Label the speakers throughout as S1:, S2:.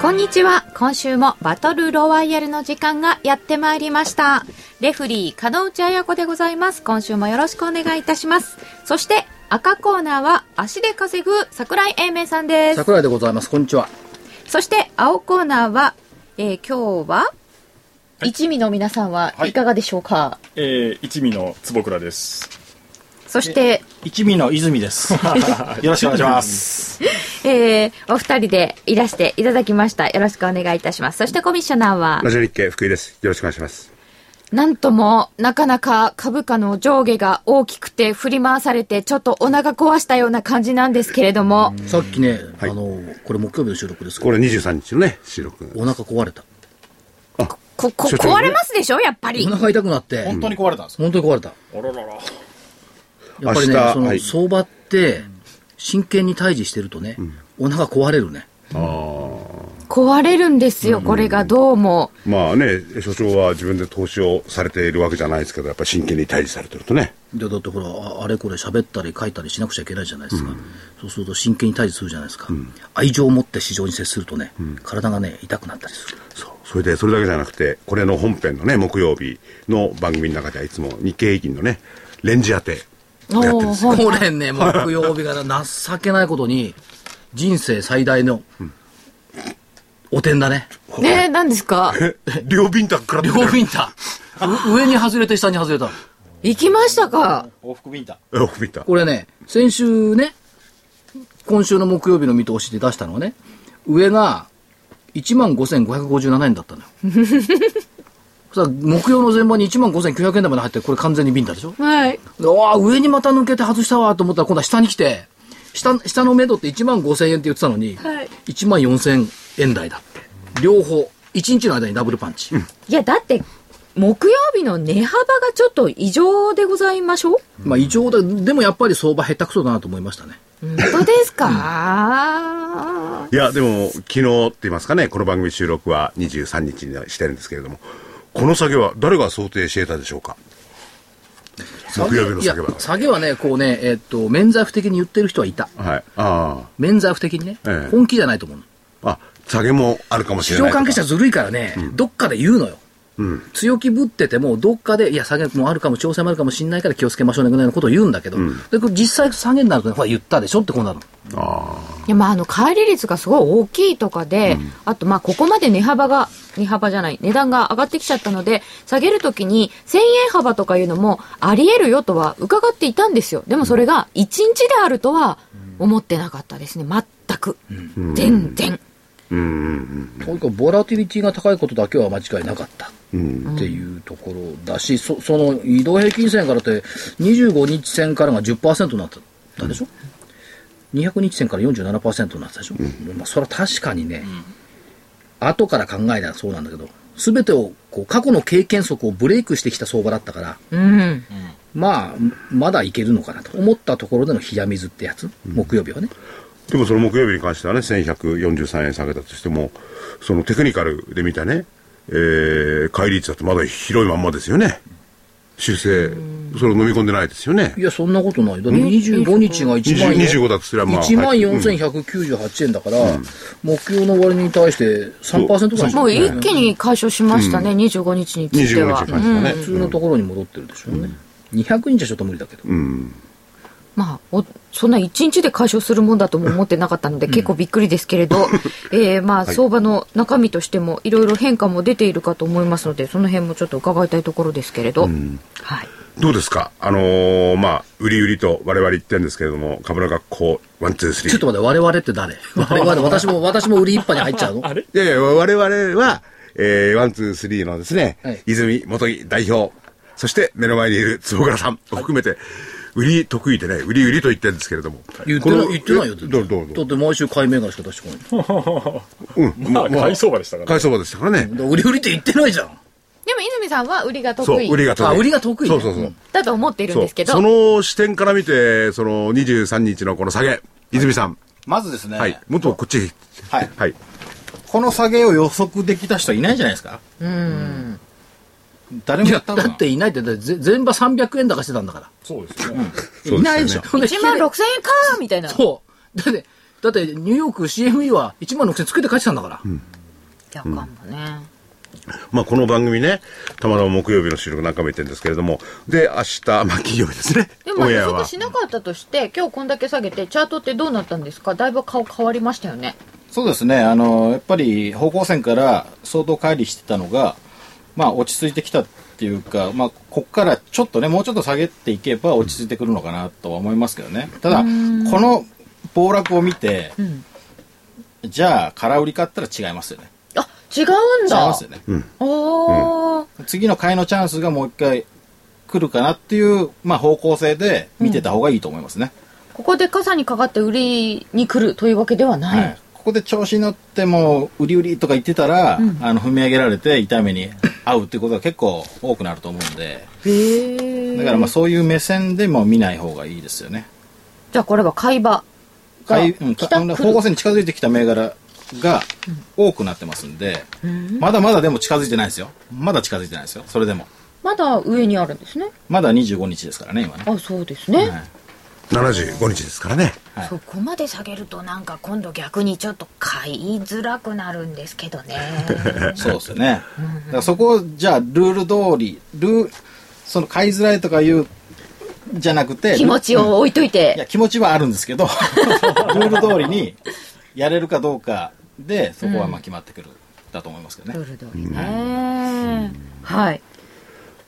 S1: こんにちは。今週もバトルロワイヤルの時間がやってまいりました。レフリー、門内彩子でございます。今週もよろしくお願いいたします。そして、赤コーナーは足で稼ぐ桜井英明さんです。
S2: 桜井でございますこんにちは
S1: そして、青コーナーは、えー今日は、一味の皆さんはいかがでしょうか、
S3: えー、一味の坪倉です。
S1: そして、
S4: 一味の泉ですよろしくお願いします
S1: えーお二人でいらしていただきました。よろしくお願いいたします。そしてコミッショナーは、
S5: ラジオ日経福井です。よろしくお願いします。
S1: なんともなかなか株価の上下が大きくて振り回されてちょっとお腹壊したような感じなんですけれども、
S2: さっきね、
S5: はい
S2: あのこれ木曜日の収録ですけ
S5: こ
S2: ど
S5: れ23日のね、収録。
S2: お腹壊れた
S1: こ、こ、
S5: 所長ね
S1: 壊れますでしょやっぱり
S2: お。腹痛くなって
S4: 本当に壊れたんですか
S2: 本当に壊れた
S3: あららら。
S2: やっぱりね
S5: 明日
S2: その、
S5: はい
S2: 相場って真剣に対峙してるとね、お腹壊れるね
S1: 壊れるんですよ、これがどうも。
S5: まあね、所長は自分で投資をされているわけじゃないですけど、やっぱり真剣に対峙されてるとね。
S2: でだってほらああれこれ喋ったり書いたりしなくちゃいけないじゃないですか、そうすると真剣に対峙するじゃないですか、愛情を持って市場に接するとね、体がね痛くなったりする
S5: そう。それで、それだけじゃなくて、これの本編のね、木曜日の番組の中ではいつも日経平均のね、レンジ当てをやってるんですよ。
S2: これね、木曜日がな情けないことに、人生最大の、お点だね。
S1: ねえ、何ですか
S5: 両便卓から
S2: 両ビンタ。う上に外れて下に外れた。
S1: 行きましたか
S4: 往復ビンタ
S5: 両便卓。
S2: これね、先週ね、今週の木曜日の見通しで出したのはね、上が15,557円だったのよ。 さあ木曜の前半に15,900円台まで入って、これ完全にビンタでしょ
S1: はい。
S2: でああ、上にまた抜けて外したわと思ったら、今度は下に来て、下、下の目処って1万5千円って言ってたのに、
S1: はい
S2: 1万4千円台だって。両方、1日の間にダブルパンチ。
S1: いや、だって、木曜日の値幅がちょっと異常でございましょう
S2: まあ異常だ、でもやっぱり相場下手くそだなと思いましたね。
S1: 本当ですか、
S5: いや、でも、昨日って言いますかね、この番組収録は23日にしてるんですけれども、この下げは誰が想定していたでしょうか木曜日の
S2: いや
S5: 下げは。、
S2: 下げはね、こうね、えっと、免罪符的に言ってる人はいた。
S5: はい。あ
S2: 免罪符的にね、
S5: ええ
S2: 本気じゃないと思うの。
S5: あ。あ、下げもあるかもし
S2: 市
S5: れな
S2: 場
S5: いとか。
S2: 関係者ずるいからね、どっかで言うのよ。
S5: うん。
S2: 強気ぶってても、どっかで、いや、下げもあるかも、調整もあるかもしれないから気をつけましょうねぐらいのことを言うんだけど、でこれ実際下げになるとね、ほら、言ったでしょってこうなるの。
S1: いやまあ、あの帰り率がすごい大きいとかで、あとまあここまで値幅が値幅じゃない値段が上がってきちゃったので下げるときに1000円幅とかいうのもありえるよとは伺っていたんですよでもそれが1日であるとは思ってなかったですね全く、全然
S2: とにかくボラティリティが高いことだけは間違いなかったっていうところだし、そその移動平均線からって25日線からが10%になったでしょ、200日線から47%になったでしょ、まあ、それは確かにね、後から考えたらそうなんだけど全てをこう過去の経験則をブレイクしてきた相場だったから
S1: うん
S2: まあまだいけるのかなと思ったところでの冷や水ってやつ、木曜日はね
S5: でもその木曜日に関してはね、1143円下げたとしても、そのテクニカルで見たね、えー、乖離率だってまだ広いまんまですよね。修正、それを飲み込んでないですよね
S2: い。やそんなことないだって25日が1万
S5: 20
S2: 円
S5: 25だとすればまあ。
S2: 1万
S5: はいうん
S2: 4198円だから、目標の割に対して3%ぐらいでしょ
S1: もう一気に解消しましたね、25日について
S5: 25
S1: は、
S5: 日に関してはね。
S2: 普通のところに戻ってるでしょうね、200日はちょっと無理だけど、
S1: まあ、おそんな一日で解消するもんだとも思ってなかったので、結構びっくりですけれど、えーまあ、相場の中身としても、いろいろ変化も出ているかと思いますので、その辺もちょっと伺いたいところですけれど、はい。
S5: どうですかあのーまあ、売り売りと我々言ってるんですけれども、株の学校、ワン、ツー、スリー。
S2: ちょっと待って我々って誰 我々私も私も売り一派に入っちゃうの
S5: いやいや、我々は、えー、ワン、ツー、スリーのですね、
S2: はい
S5: 泉元木代表、そして目の前にいる坪倉さんを含めて、売り得意でね、売り売りと言ってるんですけれども。
S2: 言ってない、言ってないよ。
S5: どうどう
S2: だ
S5: ど
S2: っ
S5: う
S2: て毎週買い銘柄しか出してこない。
S5: うん。
S6: まあ、買い相場でしたから、
S5: 買いそばでしたからね。
S2: だから売り売りって言ってないじゃん。
S1: でも泉さんは売りが得
S5: そう、
S1: 意
S5: 売りが得
S2: あ
S5: 意。
S2: 売りが得意ね
S5: そうそうそう。
S1: だと思っているんですけど
S5: そ、の視点から見て、その23日のこの下げ、泉さん。
S4: まずですね、
S5: はい。もっとこっち。
S4: はい
S5: はい。
S4: この下げを予測できた人いないんじゃないですかうん。誰も
S2: い
S4: や
S2: や、
S4: った
S2: だ
S4: のか
S2: っていないって、だってぜ全場300円高してたんだから。
S6: そうですね。
S5: そうですよね
S2: いないでしょ。
S1: 1万6000円かーみたいな。
S2: そう。だって、だってニューヨーク CME は1万6000つけて帰ってたんだから。
S1: やかんもね。
S5: まあ、この番組ね、たまたま木曜日の収録何回も言ってるんですけれども、で、明日、まあ、金曜日ですね。
S1: でも
S5: オン
S1: 予
S5: エア
S1: 測
S5: は
S1: しなかったとして、今日こんだけ下げて、チャートってどうなったんですかだいぶ顔変わりましたよね。
S4: そうですね、あのやっぱり方向線から相当乖離してたのが、まあ、落ち着いてきたっていうか、まあ、ここからちょっとね、もうちょっと下げていけば落ち着いてくるのかなとは思いますけどね、ただ、この暴落を見て、じゃあ、空売り買ったら違いますよね、
S1: あ、違うん
S4: 違い
S1: だ。
S4: ますよね、
S1: おー。
S4: 次の買いのチャンスがもう一回来るかなっていう、まあ、方向性で見てた方がいいと思いますね。
S1: ここで傘にかかって売りに来るというわけではない。
S4: はい、ここで調子に乗ってもう売り売りとか言ってたら、あの踏み上げられて痛い目に遭うっていうことが結構多くなると思うんで
S1: へえ。
S4: だからまあそういう目線でも見ない方がいいですよね
S1: じゃあこれは買い場。
S4: 買い
S1: が
S4: うんか
S1: 来た
S4: あの方向性に近づいてきた銘柄が多くなってますんで、まだまだでも近づいてないですよまだ近づいてないですよそれでも
S1: まだ上にあるんですね。
S4: まだ25日ですからね 今ね
S1: あ、そうですね。
S5: 75日ですからね。
S7: そこまで下げるとなんか今度逆にちょっと買いづらくなるんですけど ね
S4: そうですよね。だからそこをじゃあルール通りルーその買いづらいとかいうじゃなくて
S1: 気持ちを置いとい
S4: いや
S1: て。
S4: 気持ちはあるんですけ どルール通りにやれるかどうかでそこはまあ決まってくる、だと思いますけど
S1: ル
S4: ね
S1: ール通りね。はい。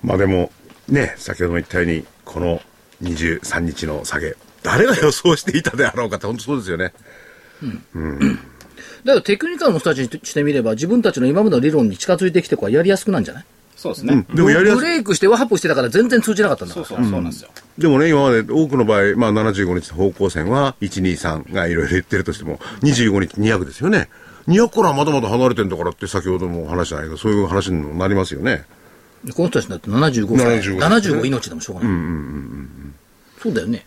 S5: まあでも、ね、先ほども言ったように、この23日の下げ、誰が予想していたであろうかって、本当そうですよね。
S2: だからテクニカルの人たちにしてみれば、自分たちの今までの理論に近づいてきて、こうやりやすくなんじゃない
S4: そうですね、
S5: でもやりや
S2: ブ
S5: すい。
S2: レイクしてワーップしてたから全然通じなかったんだか
S4: そう
S2: ら。
S4: そうそうなんですよ、
S5: でもね、今まで多くの場合、まあ75日の方向線は、123がいろいろ言ってるとしても、25日200ですよね。200からまだまだ離れてんだからって、先ほどもお話じゃないけど、そういう話にもなりますよね。
S2: この人たちだって75歳。
S5: 75
S2: 75, 命でもしょうがない。そうだよね。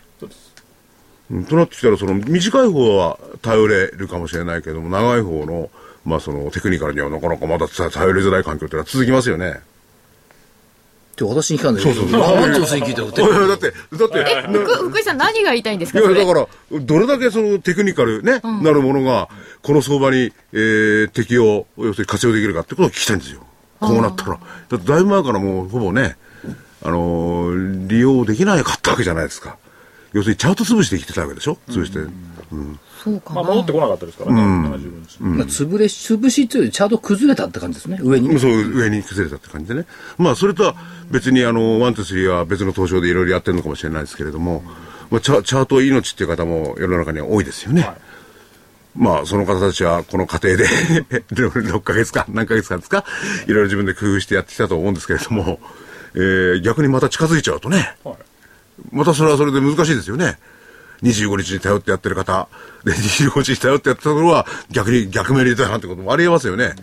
S5: うんとなってきたら、その短い方は頼れるかもしれないけども、長い方の、まあそのテクニカルにはなかなかまだ頼りづらい環境っていうのは続きますよね。
S2: って私に聞かないで。
S5: そうそうそう
S2: なんて嘘に聞いたよって
S5: い やだって、だって、な
S1: ふ福井さん何が言いたいんです
S5: い
S1: かそ
S5: や、
S1: れ
S5: だから、どれだけそのテクニカルね、なるものが、この相場に、えー適用、要するに活用できるかってことを聞きたいんですよ。こうなったら。だってだいぶ前からもうほぼね、あのー利用できなかったわけじゃないですか。要するにチャート潰して生きてたわけでしょ潰して。
S1: そうか
S6: ま
S1: な
S6: あ、。戻ってこなかったですからね、75日。
S2: まあ潰れ、潰しっていうよりチャート崩れたって感じですね。上に。
S5: そう、上に崩れたって感じでね。まあ、それとは別に、あの、ワン、ツー、スリーは別の東証でいろいろやってるのかもしれないですけれども、まあ、チャチャート命っていう方も世の中には多いですよね。まあ、その方たちは、この過程で 6ヶ月間、何ヶ月間ですか、いろいろ自分で工夫してやってきたと思うんですけれども、えー逆にまた近づいちゃうとね、またそれはそれで難しいですよね。25日に頼ってやってる方、で、25日に頼ってやってたところは、逆に逆メリだなんてこともありえますよね。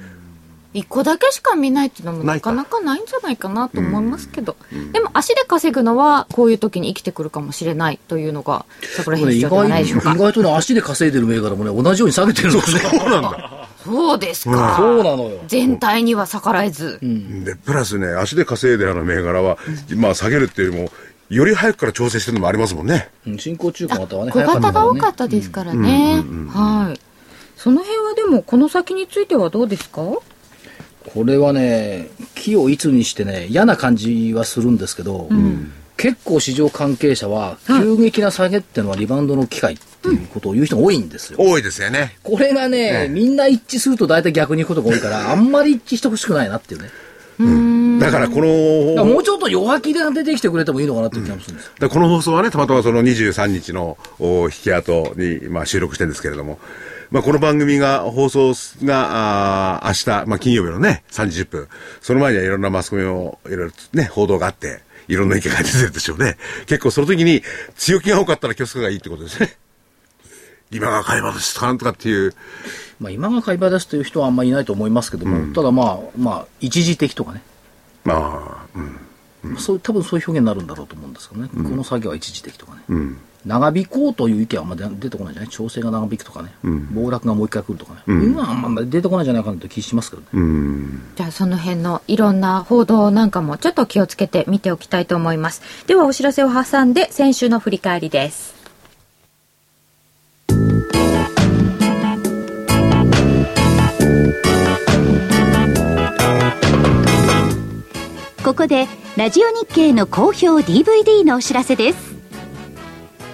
S1: 一個だけしか見ないっていうのも
S5: ない
S1: な
S5: か
S1: かなかないんじゃないかなと思いますけど、でも足で稼ぐのはこういう時に生きてくるかもしれないというのがそこら辺
S2: 意
S1: 必要では
S2: 外
S1: ないでしょうか
S2: 意外とね、足で稼いでる銘柄もね、同じように下げてるんですね。
S5: そうなんだ。
S1: そうですか、
S2: そうなのよ。
S1: 全体には逆らえず、
S5: で、プラスね、足で稼いである銘柄は、まあ下げるっていうよりも、より早くから調整してるのもありますもんね。
S2: うん進行中間またはね、
S1: 小
S2: 早か
S1: 型
S2: った
S1: が
S2: も
S1: 多
S2: んね
S1: かったですからね、はいその辺はでもこの先についてはどうですか
S2: これはね、木をいつにしてね、嫌な感じはするんですけど、結構市場関係者は、急激な下げってのはリバウンドの機会っていうことを言う人が多いんですよ。
S5: 多いですよね。
S2: これがね、みんな一致すると大体逆に行くことが多いから、あんまり一致してほしくないなっていうね。
S5: だからこ
S2: だから
S5: の、
S2: もうちょっと弱気で出てきてくれてもいいのかなっていう気がするんですよ。
S5: だからこの放送はね、たまたまその23日のお引き跡に、まあ、収録してるんですけれども、まあ、この番組が、放送が、あー明日、まあ、金曜日のね、3時10分、その前にはいろんなマスコミを、いろいろね、報道があって、いろんな意見が出てるでしょうね。結構その時に強気が多かったら気をつけがいいってことですね。今が買い場ですとかなんとかっていう。
S4: まあ、今が買い場ですという人はあんまりいないと思いますけども、ただまあ、まあ、一時的とかね、
S5: まあ、うん。
S4: そう多分そういう表現になるんだろうと思うんですけどね、この作業は一時的とかね、長引こうという意見はあんまり出てこないじゃない、調整が長引くとかね、暴落がもう一回来るとかね、今はあんまり出てこないんじゃないかなという気しますけどね、
S1: じゃあその辺のいろんな報道なんかもちょっと気をつけて見ておきたいと思います。ではお知らせを挟んで先週の振り返りです。
S8: ここでラジオ日経の好評 DVD のお知らせです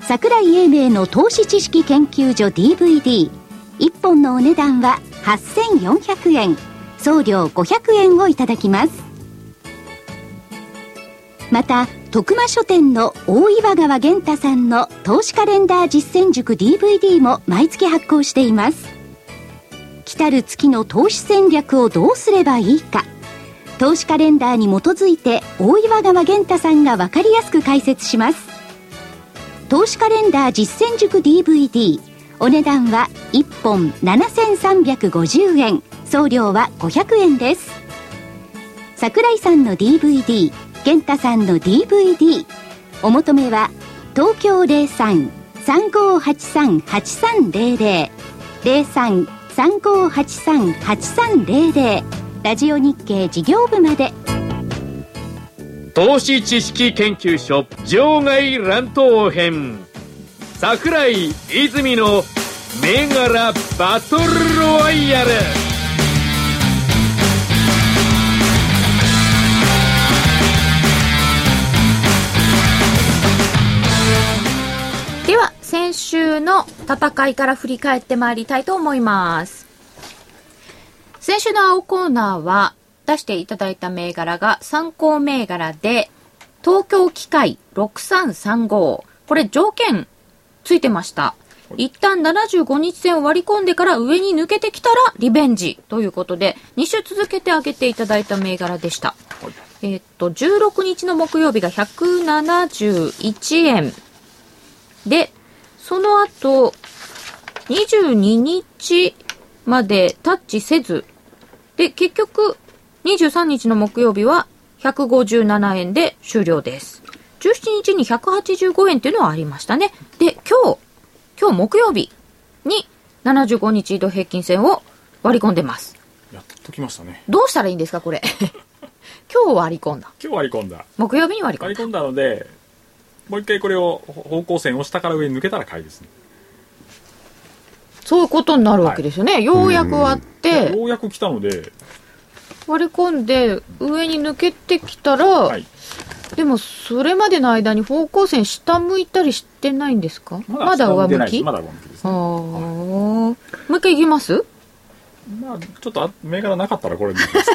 S8: 桜井英明の投資知識研究所 DVD1 本のお値段は8400円送料500円をいただきますまた徳間書店の大岩川源太さんの投資カレンダー実践塾 DVD も毎月発行しています来たる月の投資戦略をどうすればいいか投資カレンダーに基づいて大岩川源太さんが分かりやすく解説します投資カレンダー実践塾 DVD お値段は1本7350円送料は500円です桜井さんの DVD 健太さんの DVD お求めは東京03-3583-8300 03-3583-8300ラジオ日経事業部まで
S9: 投資知識研究所場外乱闘編桜井泉の銘柄バトルロワイヤル
S1: では先週の戦いから振り返ってまいりたいと思います先週の青コーナーは出していただいた銘柄が参考銘柄で東京機械6335これ条件ついてました一旦75日線を割り込んでから上に抜けてきたらリベンジということで2週続けて上げていただいた銘柄でしたえっと16日の木曜日が171円で、その後、22日までタッチせず、で、結局、23日の木曜日は157円で終了です。17日に185円っていうのはありましたね。で、今日、今日木曜日に75日移動平均線を割り込んでます。
S6: やっときましたね。
S1: どうしたらいいんですか、これ。 今日割り込んだ。
S6: 今日割り込んだ。
S1: 木曜日に割り込ん
S6: 割
S1: だ
S6: り。込んだので、もう一回これを方向線を下から上に抜けたら買いですね。
S1: そういうことになるわけですよね。ようやく割って。
S6: ようやく来たので、
S1: 割り込んで上に抜けてきたら、
S6: はい。
S1: でもそれまでの間に方向線下向いたりしてないんですかまだ上
S6: 出
S1: 向
S6: ないです
S1: き
S6: まだ上向きです
S1: あー
S6: ね。
S1: もう一回行きます
S6: まあ、ちょっとあ銘柄なかったらこれでいきます。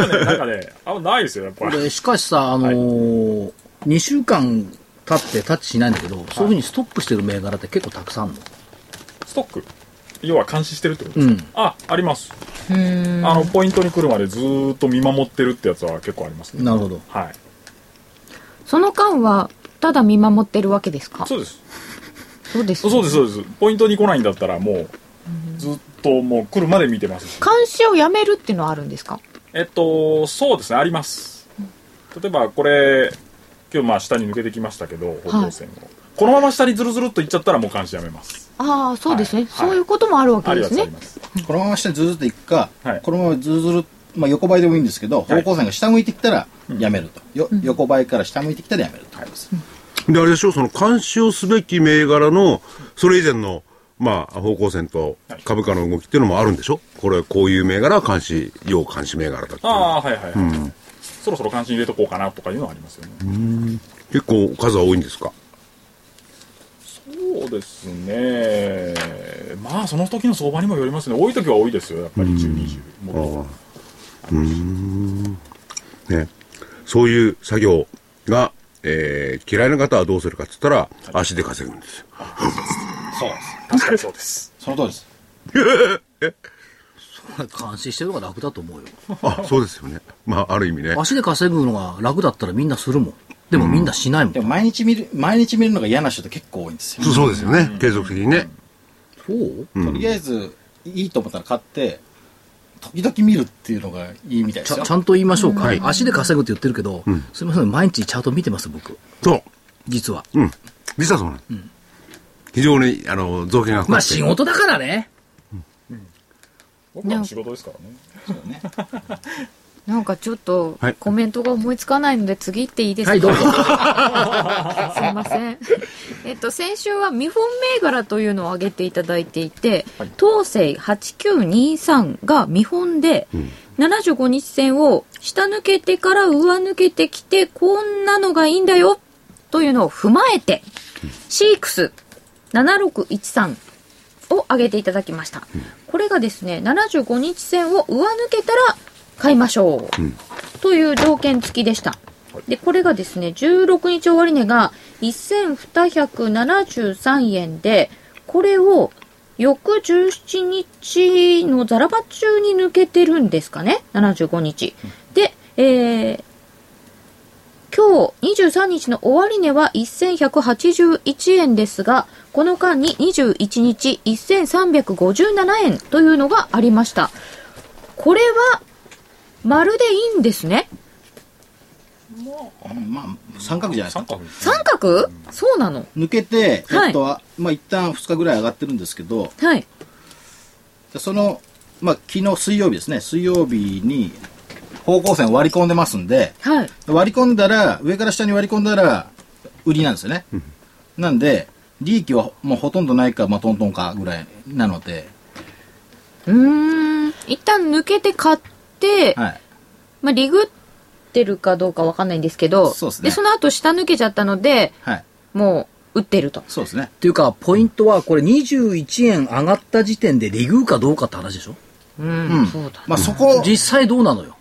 S6: なんかね、あんまないですよ、やっぱ
S4: こ
S6: り。
S4: れしかしさ、あのー2週間経ってタッチしないんだけど、そういうふうにストップしてる銘柄って結構たくさんあるの。
S6: ストック。要は監視してるってこと
S4: う
S6: です
S4: ん
S6: か、あ、あります。
S1: うーん
S6: あの、ポイントに来るまでずーっと見守ってるってやつは結構ありますね。
S4: なるほど。
S6: はい。
S1: その間はただ見守ってるわけですか
S6: そうです。
S1: そうです
S6: そうです、そうです。ポイントに来ないんだったらもう、ずっともう来るまで見てますし。
S1: 監視をやめるっていうのはあるんですか
S6: えっと、そうですね、あります。例えばこれ、今日まあ下に抜けてきましたけど、方向線を。このまま下にズルズルっと行っちゃったらもう監視やめます。
S1: ああそうですね、
S6: はい
S1: そういうこともあるわ
S6: あ
S1: け
S6: りま
S1: で
S6: すす、あ
S1: ね
S6: ります。
S2: このまま下にずるずるといくか、
S6: はい
S2: このままずるずる、まあ、横ばいでもいいんですけど、方向線が下向いてきたらやめると、よ横ばいから下向いてきたらやめると、
S5: で、あれでしょ、その監視をすべき銘柄の、それ以前の、まあ、方向線と株価の動きっていうのもあるんでしょこれ、こういう銘柄は監視、要監視銘柄だっていうのは
S6: ああ、はいはいはい。そろそろ関心入れとこうかなとかいうのはありますよね。
S5: 結構数は多いんですか
S6: ですねまあその時の相場にもよりますね多い時は多いですよやっぱり1020
S5: ああ
S6: もっと
S5: うーんね、そういう作業が、えー嫌いな方はどうするかっつったら足で稼ぐんです よ
S6: そうです確かにそうです
S2: その通りです。
S4: 監視してるのが楽だと思うよ。
S5: あそうですよねまあある意味ね
S4: 足で稼ぐのが楽だったらみんなするもん。でもみんなしないもん。
S2: でも毎日見る、毎日見るのが嫌な人って結構多いんですよ。
S5: そうそうですよね継続的にね
S4: そう
S2: とりあえず、いいと思ったら買って、時々見るっていうのがいいみたい
S4: ち
S2: です
S4: ゃ
S2: よ
S4: ち。ゃんと言いましょうか、足で稼ぐって言ってるけど、すみません、毎日チャート見てます、僕。
S5: そ
S4: 実は。
S5: ううん実はそうなんです、非常にあの造形が深くて
S4: まあ仕事だからね。
S6: 僕らの仕事ですからね
S1: なんかちょっと
S5: はい
S1: コメントが思いつかないので次行っていいですか、
S4: はい、ど うぞ。
S1: すいま せん。えっと、先週は見本銘柄というのを挙げていただいていて、東勢8923が見本で、75日線を下抜けてから上抜けてきて、こんなのがいいんだよというのを踏まえて、シークス7613を挙げていただきました。これがですね、75日線を上抜けたら買いましょう。という条件付きでした。で、これがですね、16日終値が1273円で、これを翌17日のザラバ中に抜けてるんですかね、75日。で、えー今日23日の終値は1181円ですが、この間に21日1357円というのがありました。これは、丸でいいんですね。
S2: うんまあ、三角じゃないです
S6: 三
S2: か。
S6: 角です
S1: 三角そうなの
S2: 抜けて、
S1: はい
S2: えっと、あまあ、一旦2日ぐらい上がってるんですけど、
S1: はい。
S2: でその、まあ、昨日水曜日ですね、水曜日に方向線割り込んでますんで、
S1: はい。
S2: 割り込んだら、上から下に割り込んだら、売りなんですよね。なんで、利益はもうほとんどないか、まあ、トントンかぐらいなので、
S1: うーん。一旦抜けて買って、
S2: はい。
S1: まあ、リグってるかどうかわかんないんですけど、
S2: そうですね
S1: その後下抜けちゃったので、
S2: はい。
S1: もう、打ってると。
S2: そうですね。
S4: っていうか、ポイントは、これ21円上がった時点で利食うかどうかって話でしょ
S1: うん。
S2: うん。
S1: そうだ。
S2: まあ、そこ、
S4: 実際どうなのよ。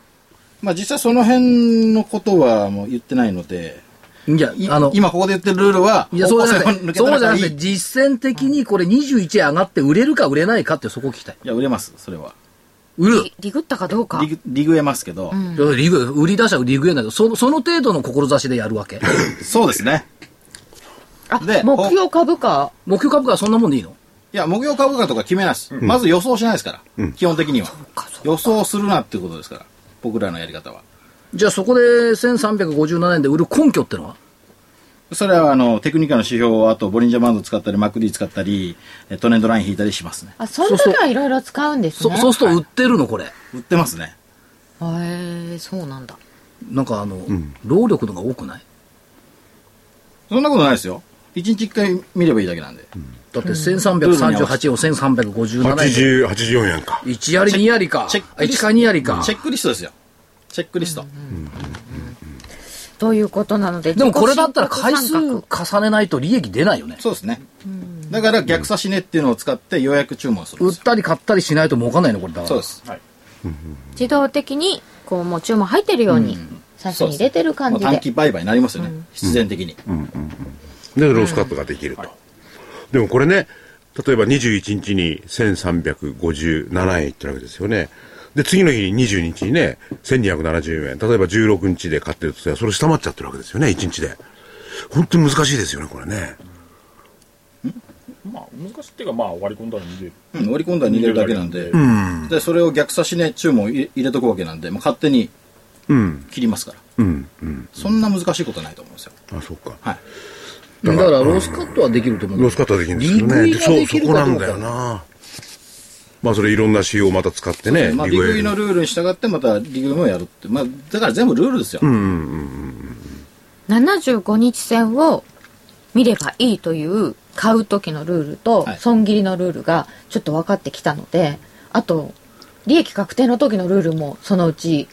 S2: まあ、実際その辺のことはもう言ってないので、
S4: いや
S2: い、
S4: あの、
S2: 今ここで言ってるルールは、
S4: いや、そうじゃな
S2: 方
S4: く
S2: 向性を抜
S4: て、
S2: けた
S4: そう
S2: ら
S4: じゃなく
S2: い
S4: て、
S2: い
S4: 実践的にこれ21円上がって売れるか売れないかってそこ聞きたい。
S2: いや、売れます、それは。
S4: 売る。
S1: リリグったかどうか
S2: リ。グリグえますけど、
S4: いやリグ、売り出したらリグエンだけど、その、その程度の志でやるわけ。
S2: そうですね。
S1: あ、
S2: で
S1: 目標株価。
S4: 目標株価はそんなもんでいいの
S2: いや、目標株価とか決めないです。まず予想しないですから、基本的には。予想するなっていうことですから、僕らのやり方は。
S4: じゃあそこで1357円で売る根拠ってのは
S2: それは、あの、テクニカの指標を、あと、ボリンジャーバンド使ったり、マクリー使ったり、えトレンドライン引いたりしますね。
S1: あ、その時はいろいろ使うんです
S4: そ
S1: ね。
S4: そうすると売ってるのこれ。
S2: 売ってますね。
S1: へえ、そうなんだ。
S4: なんかあの、労力のが多くない
S2: そんなことないですよ。一日一回見ればいいだけなんで。
S4: だって1338円を1357円。
S5: 80 84円か
S4: 1やり2やりか。
S2: チェックリ
S4: 1
S2: ス
S4: か2やりか
S2: チ。ェックリストですよ。チェックリスト。
S1: ということなので、
S4: でもこれだ
S1: 自
S4: っ
S1: 己
S4: たら
S1: 申
S4: 回
S1: 告
S4: 数
S1: 三角
S4: 重ねないと利益出ないよね。
S2: そうですね。だから、逆差し値っていうのを使って、予約注文するん
S4: 売
S2: で
S4: っ
S2: すよ。
S4: たり買ったりしないと儲かんないのこれだから。
S2: そうです。
S1: 自動的に、こう、もう注文入ってるように、最初に入れてる感
S2: まあ、
S1: じで。
S2: 短期売買になりますよね。必然的に。
S5: でロスカットができると、でもこれね例えば21日に1357円いってるわけですよねで次の日に22日にね1270円例えば16日で買ってるとしたらそれ下回っちゃってるわけですよね1日で本当に難しいですよねこれね
S6: まあ難しいっていうかまあ割り込んだら逃げる
S2: うん、折り込んだら逃げるだけなんで、でそれを逆差しね注文入れ入れとくわけなんで、まあ、勝手に
S5: うん
S2: 切りますから、
S5: うんうん
S2: そんな難しいことないと思うんですよ
S5: あそうか
S2: はい
S4: だからロスカットはできると思う。
S5: ロスカットはできるんですけどね
S4: 利
S5: で
S4: 食いがで
S5: そ
S4: き
S5: う
S4: る
S5: そ
S4: か
S5: こ
S4: どうか
S5: なんだよなまあそれいろんな仕様をまた使ってね
S2: まあ、
S5: リ
S2: 利
S5: グエ
S2: 食いのルールに従ってまた利食いもやるって、まあ、だから全部ルールですよ、
S1: 75日線を見ればいいという買う時のルールと
S2: はい
S1: 損切りのルールがちょっと分かってきたので、あと利益確定の時のルールもそのうち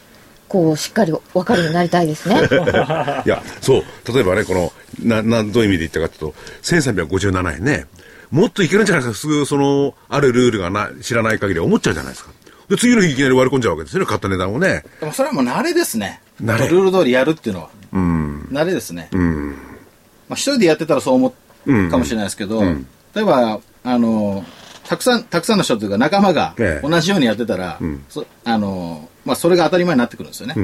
S1: こうしっかり分かるようになりたいですね
S5: いや、そう、例えばね、この、な、な、どういう意味で言ったかというと、1357円ね、もっといけるんじゃないですか、すぐその、あるルールがな、知らない限りは思っちゃうじゃないですか。で、次の日いきなり割り込んじゃうわけですよね、買った値段をね。
S2: でもそれはもう慣れですね。
S5: 慣れ
S2: ルール通りやるっていうのは。慣れですね。まあ、一人でやってたらそう思うかもしれないですけど、例えば、あの、たくさん、たくさんの人というか仲間が
S5: ええ
S2: 同じようにやってたら、そあの、まあ、それが当たり前になってくるんですよね。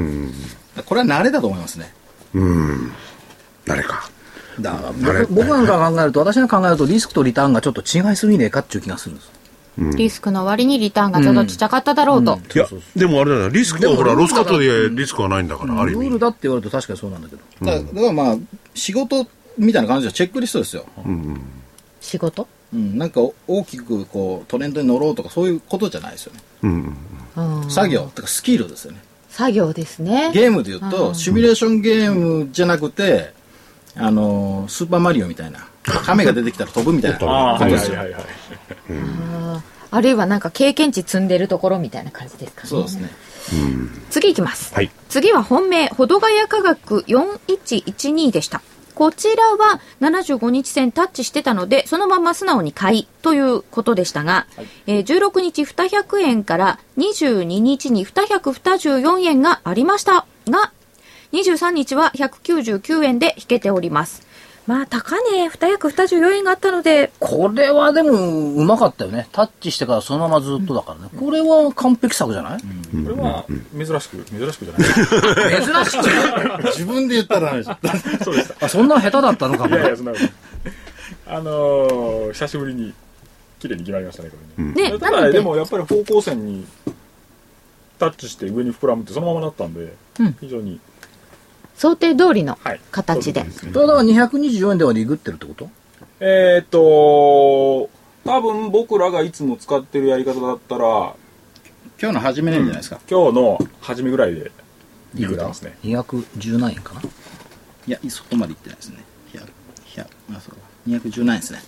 S2: これは慣れだと思いますね。
S5: 誰か。
S4: だから
S5: あれ
S4: 僕僕なんか考えると、私が考えるとリスクとリターンがちょっと違いすぎねえかっていう気がするんです。
S1: リスクの割にリターンがちょっとちっちゃかっただろうと、
S5: いや、でもあれだよ、リスクはほら、
S4: でも
S5: ロスカットでリスクはないんだから、ある
S4: ル
S5: 意
S4: ール
S5: 味。
S4: だって言われると確かにそうなんだけど。
S2: だからだからまあ、仕事みたいな感じはチェックリストですよ。
S1: 仕事
S2: うん、なんか大きくこうトレンドに乗ろうとかそういうことじゃないですよね。
S1: うん
S2: 作業とかスキルですよね。
S1: 作業ですね
S2: ゲームでいうと、シミュレーションゲームじゃなくて、あのースーパーマリオみたい な、亀が出てきたら飛ぶみたいな
S6: ああ、
S2: こ
S6: は
S2: と
S6: い
S2: で
S6: はい
S2: すよ
S6: は。いはい。
S1: あるいはなんか経験値積んでるところみたいな感じですかね
S2: そうですね。
S1: 次いきます、
S5: はい
S1: 次は本命保土ヶ谷科学4112でしたこちらは75日線タッチしてたのでそのまま素直に買いということでしたが、えー16日200円から22日に224円がありましたが23日は199円で引けておりますまあ高値224円があったので
S4: これはでも、うまかったよね。タッチしてからそのままずっとだからね。これは完璧策じゃない
S6: これは、珍しく、珍しくじゃない。
S4: 珍しく
S2: 自分で言ったらダメでしょ。
S6: そうでした。
S4: あ、そんな下手だったのか
S6: いやいや、
S4: も。
S6: そんなことないあのー、久しぶりに、綺麗に決まりましたね、これね。
S1: ね
S6: た
S1: なの
S6: だ、
S1: で
S6: でもやっぱり方向線にタッチして上に膨らむってそのままだったんで、
S1: うん
S6: 非常に、
S1: 想定通りの
S6: はい。
S1: 形で、
S6: そうすね
S4: それだから224円ではリグってるってこと
S6: えーっと、多分僕らがいつも使ってるやり方だったら、
S2: 今日の初めなんじゃないですか。
S6: 今日の初めぐらいで、
S4: いく
S6: って
S4: ら
S6: ますね。
S4: ?210 何円かない
S2: や、そこまで言ってないですね。いや、いや、まあそうか。210ないですね。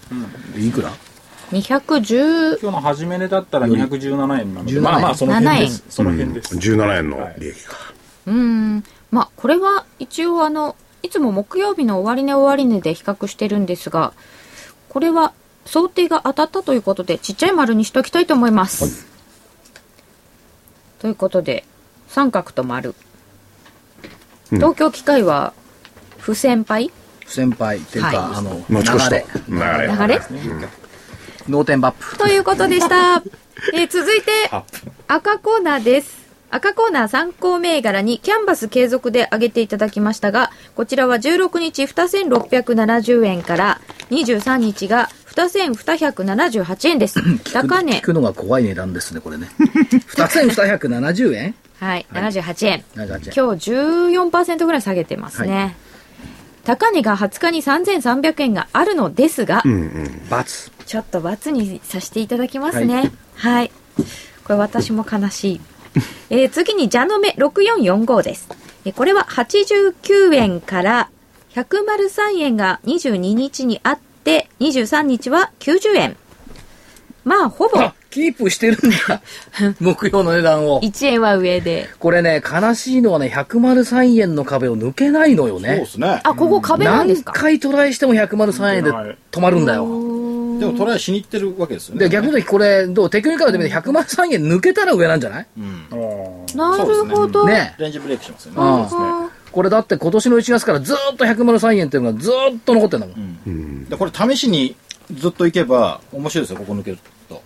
S4: いくら
S1: 210
S6: 今日の初め値だったら217円なので、
S4: 17
S6: まあまあ、その辺で
S1: 7
S6: す。その辺です。
S5: 17円の利益か。
S1: うーんまあこれは一応あのいつも木曜日の終値終値で比較してるんですがこれは想定が当たったということでちっちゃい丸にしときたいと思います、ということで三角と丸東京機械は不先輩
S4: 不先輩っていうか、
S1: はい
S4: あの、
S5: 持ち越
S4: 流
S5: しと
S4: れ。。
S5: 流
S1: 流
S5: れ。
S1: れ
S4: 脳天バップ。
S1: ということでした。えー続いて、赤コーナーです。赤コーナー参考銘柄にキャンバス継続で上げていただきましたが、こちらは16日2670円から23日が2278円 です。高値
S4: 聞、くのが怖い値段ですね、これね。2270円
S1: はい、78円。
S4: 78円
S1: 今日14%ぐらい下げてますね。高値が20日に3300円があるのですが、
S4: 罰。
S1: ちょっと罰にさせていただきますね。はい。これ私も悲しい。 えー次にジャノメ6445です。えーこれは89円から103円が22日にあって、23日は90円。まあ、ほぼ
S4: あ、キープしてるんだ。目標の値段を。
S1: 1円は上で。
S4: これね、悲しいのはね、103円の壁を抜けないのよ
S2: そうで
S4: ね。
S2: すね。
S1: あ、ここ壁なんで
S4: 何
S1: すか
S4: 回トライしても103円で止まるんだよ。
S2: でもトライしに行ってるわけですよ
S4: で、
S2: ね。
S4: 逆の時これ、どうテクニカルで見て103円抜けたら上なんじゃない
S2: うん。
S1: なるほど。
S4: ねえ。
S2: レンジブレイクしますよね。
S4: うんこれだって今年の1月からずーっと103円っていうのがずーっと残ってんだもん。
S2: でこれ試しにずっと行けば面白いですよ、ここ抜けると。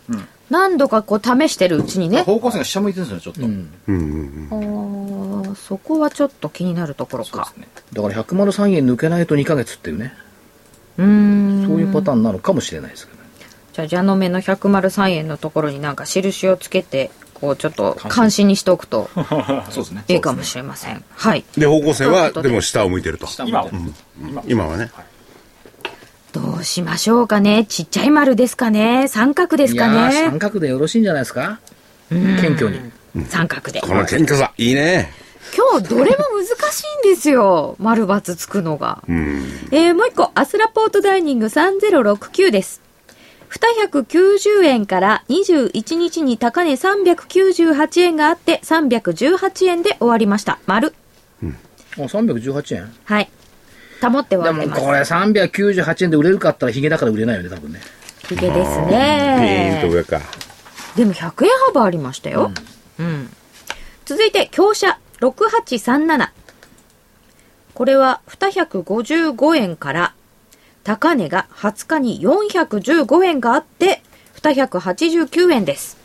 S1: 何度かこう試してるうちにね。
S2: 方向性が下向いてるんですよね、ちょっと。
S1: あーそこはちょっと気になるところ
S2: そうで
S1: か
S2: す。ね。
S4: だから103円抜けないと2ヶ月っていうね。
S1: うーん。
S4: そういうパターンなのかもしれないですけどね。
S1: じゃあ、ジャノメの103円のところになんか印をつけて、こうちょっと監視にしておくと
S2: そうですね。
S1: いいかもしれません。はい。
S5: で、方向性
S1: そういう
S5: は、
S1: ことで
S5: でも下を向いてると。
S2: 下向い
S6: 今
S2: てる、
S5: 今はね。
S1: どうしましょうかね。ちっちゃい丸ですかね。三角です
S4: い
S1: か
S4: やー
S1: ね
S4: 三。角でよろしいんじゃないですか謙虚に。
S1: 三角で。
S5: この喧嘩さ、いいね。
S1: 今日どれも難しいんですよ。丸バツつくのが。えーもう一個、アスラポートダイニング3069です。2 290円から21日に高値398円があって318円で終わりました。丸。
S4: あ318円
S1: はい。保っては
S4: で
S1: おり
S4: も
S1: ます。
S4: これ398円で売れるかって言ったらヒゲだから売れないよね多分ね
S1: ヒゲです
S5: ピーンと
S1: ね。
S5: 上か。
S1: でも100円幅ありましたよ。うん。続いて、強者6837。これは255円から、高値が20日に415円があって、289円です。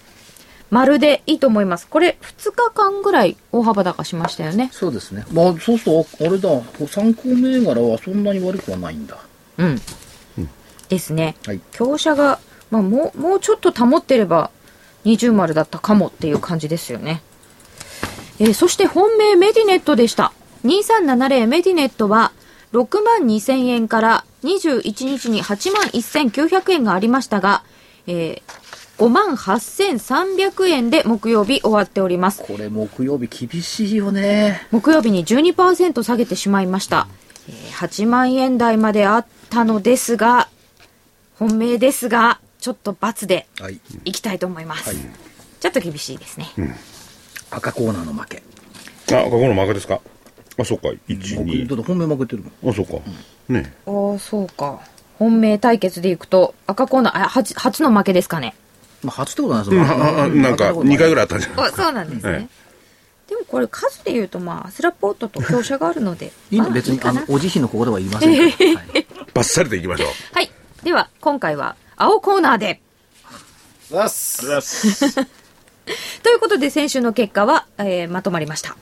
S1: まるでいいと思います。これ2日間ぐらい大幅高しましたよね。
S4: そうですねまあそうするとああれだ参考銘柄はそんなに悪くはないんだ
S1: うん。ですね。
S4: はい
S1: 強者が、まあ、もうもうちょっと保ってれば二重丸だったかもっていう感じですよね、えーそして本命メディネットでした2370メディネットは6万2000円から21日に8万1900円がありましたが、えー、5万8300円で木曜日終わっております
S4: これ木曜日厳しいよね
S1: 木曜日に12%下げてしまいました、えー8万円台まであったのですが本命ですがちょっと×で
S4: はい
S1: いきたいと思います、ちょっと厳しいですね、
S4: 赤コーナーの負け
S5: あ、ここの負けですか。あ、そうか。1、
S4: 僕
S5: 2
S4: だ。って本命負けてるもん
S5: あ、そうか。ね
S1: ああそうか本命対決でいくと赤コーナーあ初初の負けですかね
S4: まあ初ってことなんです
S5: え。
S4: よ、
S5: ああなんか、2回ぐらいあったんじゃない
S1: あそうなんですね、
S5: え
S1: でもこれ数で言うとまあアスラポートと強者があるので
S4: いい
S1: ま
S4: の
S1: あ
S4: 別に
S1: か
S4: あ
S1: な
S4: のお慈悲の心は言いませんから、はい
S5: バッサリといきましょう。
S1: はいでは今回は青コーナーで
S2: ざっす
S1: ということで先週の結果は、えーまとまりました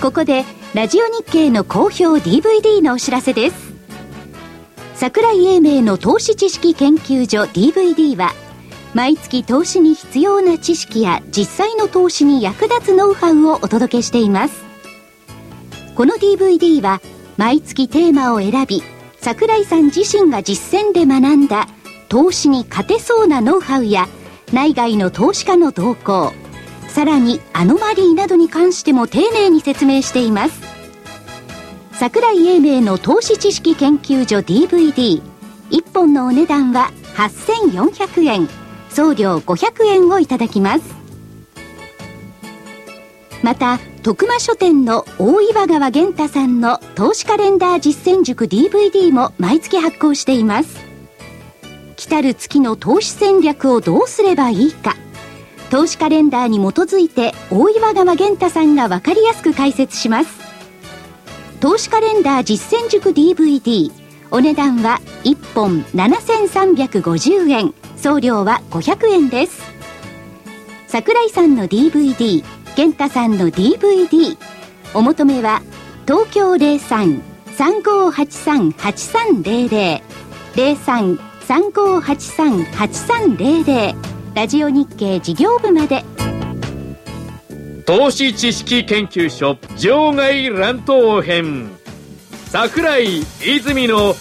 S8: ここでラジオ日経の好評 DVD のお知らせです桜井英明の投資知識研究所 DVD は毎月投資に必要な知識や実際の投資に役立つノウハウをお届けしていますこの DVD は毎月テーマを選び桜井さん自身が実践で学んだ投資に勝てそうなノウハウや内外の投資家の動向さらにアノマリーなどに関しても丁寧に説明しています桜井英明の投資知識研究所 DVD1 本のお値段は8400円送料500円をいただきますまた徳間書店の大岩川源太さんの投資カレンダー実践塾 DVD も毎月発行しています来たる月の投資戦略をどうすればいいか投資カレンダーに基づいて大岩川源太さんが分かりやすく解説します投資カレンダー実践塾 DVD お値段は1本7350円送料は500円です桜井さんの DVD 健太さんの DVD お求めは東京03-3583-8300 03-3583-8300ラジオ日経事業部まで
S9: 投資知識研究所場外乱闘編桜井泉の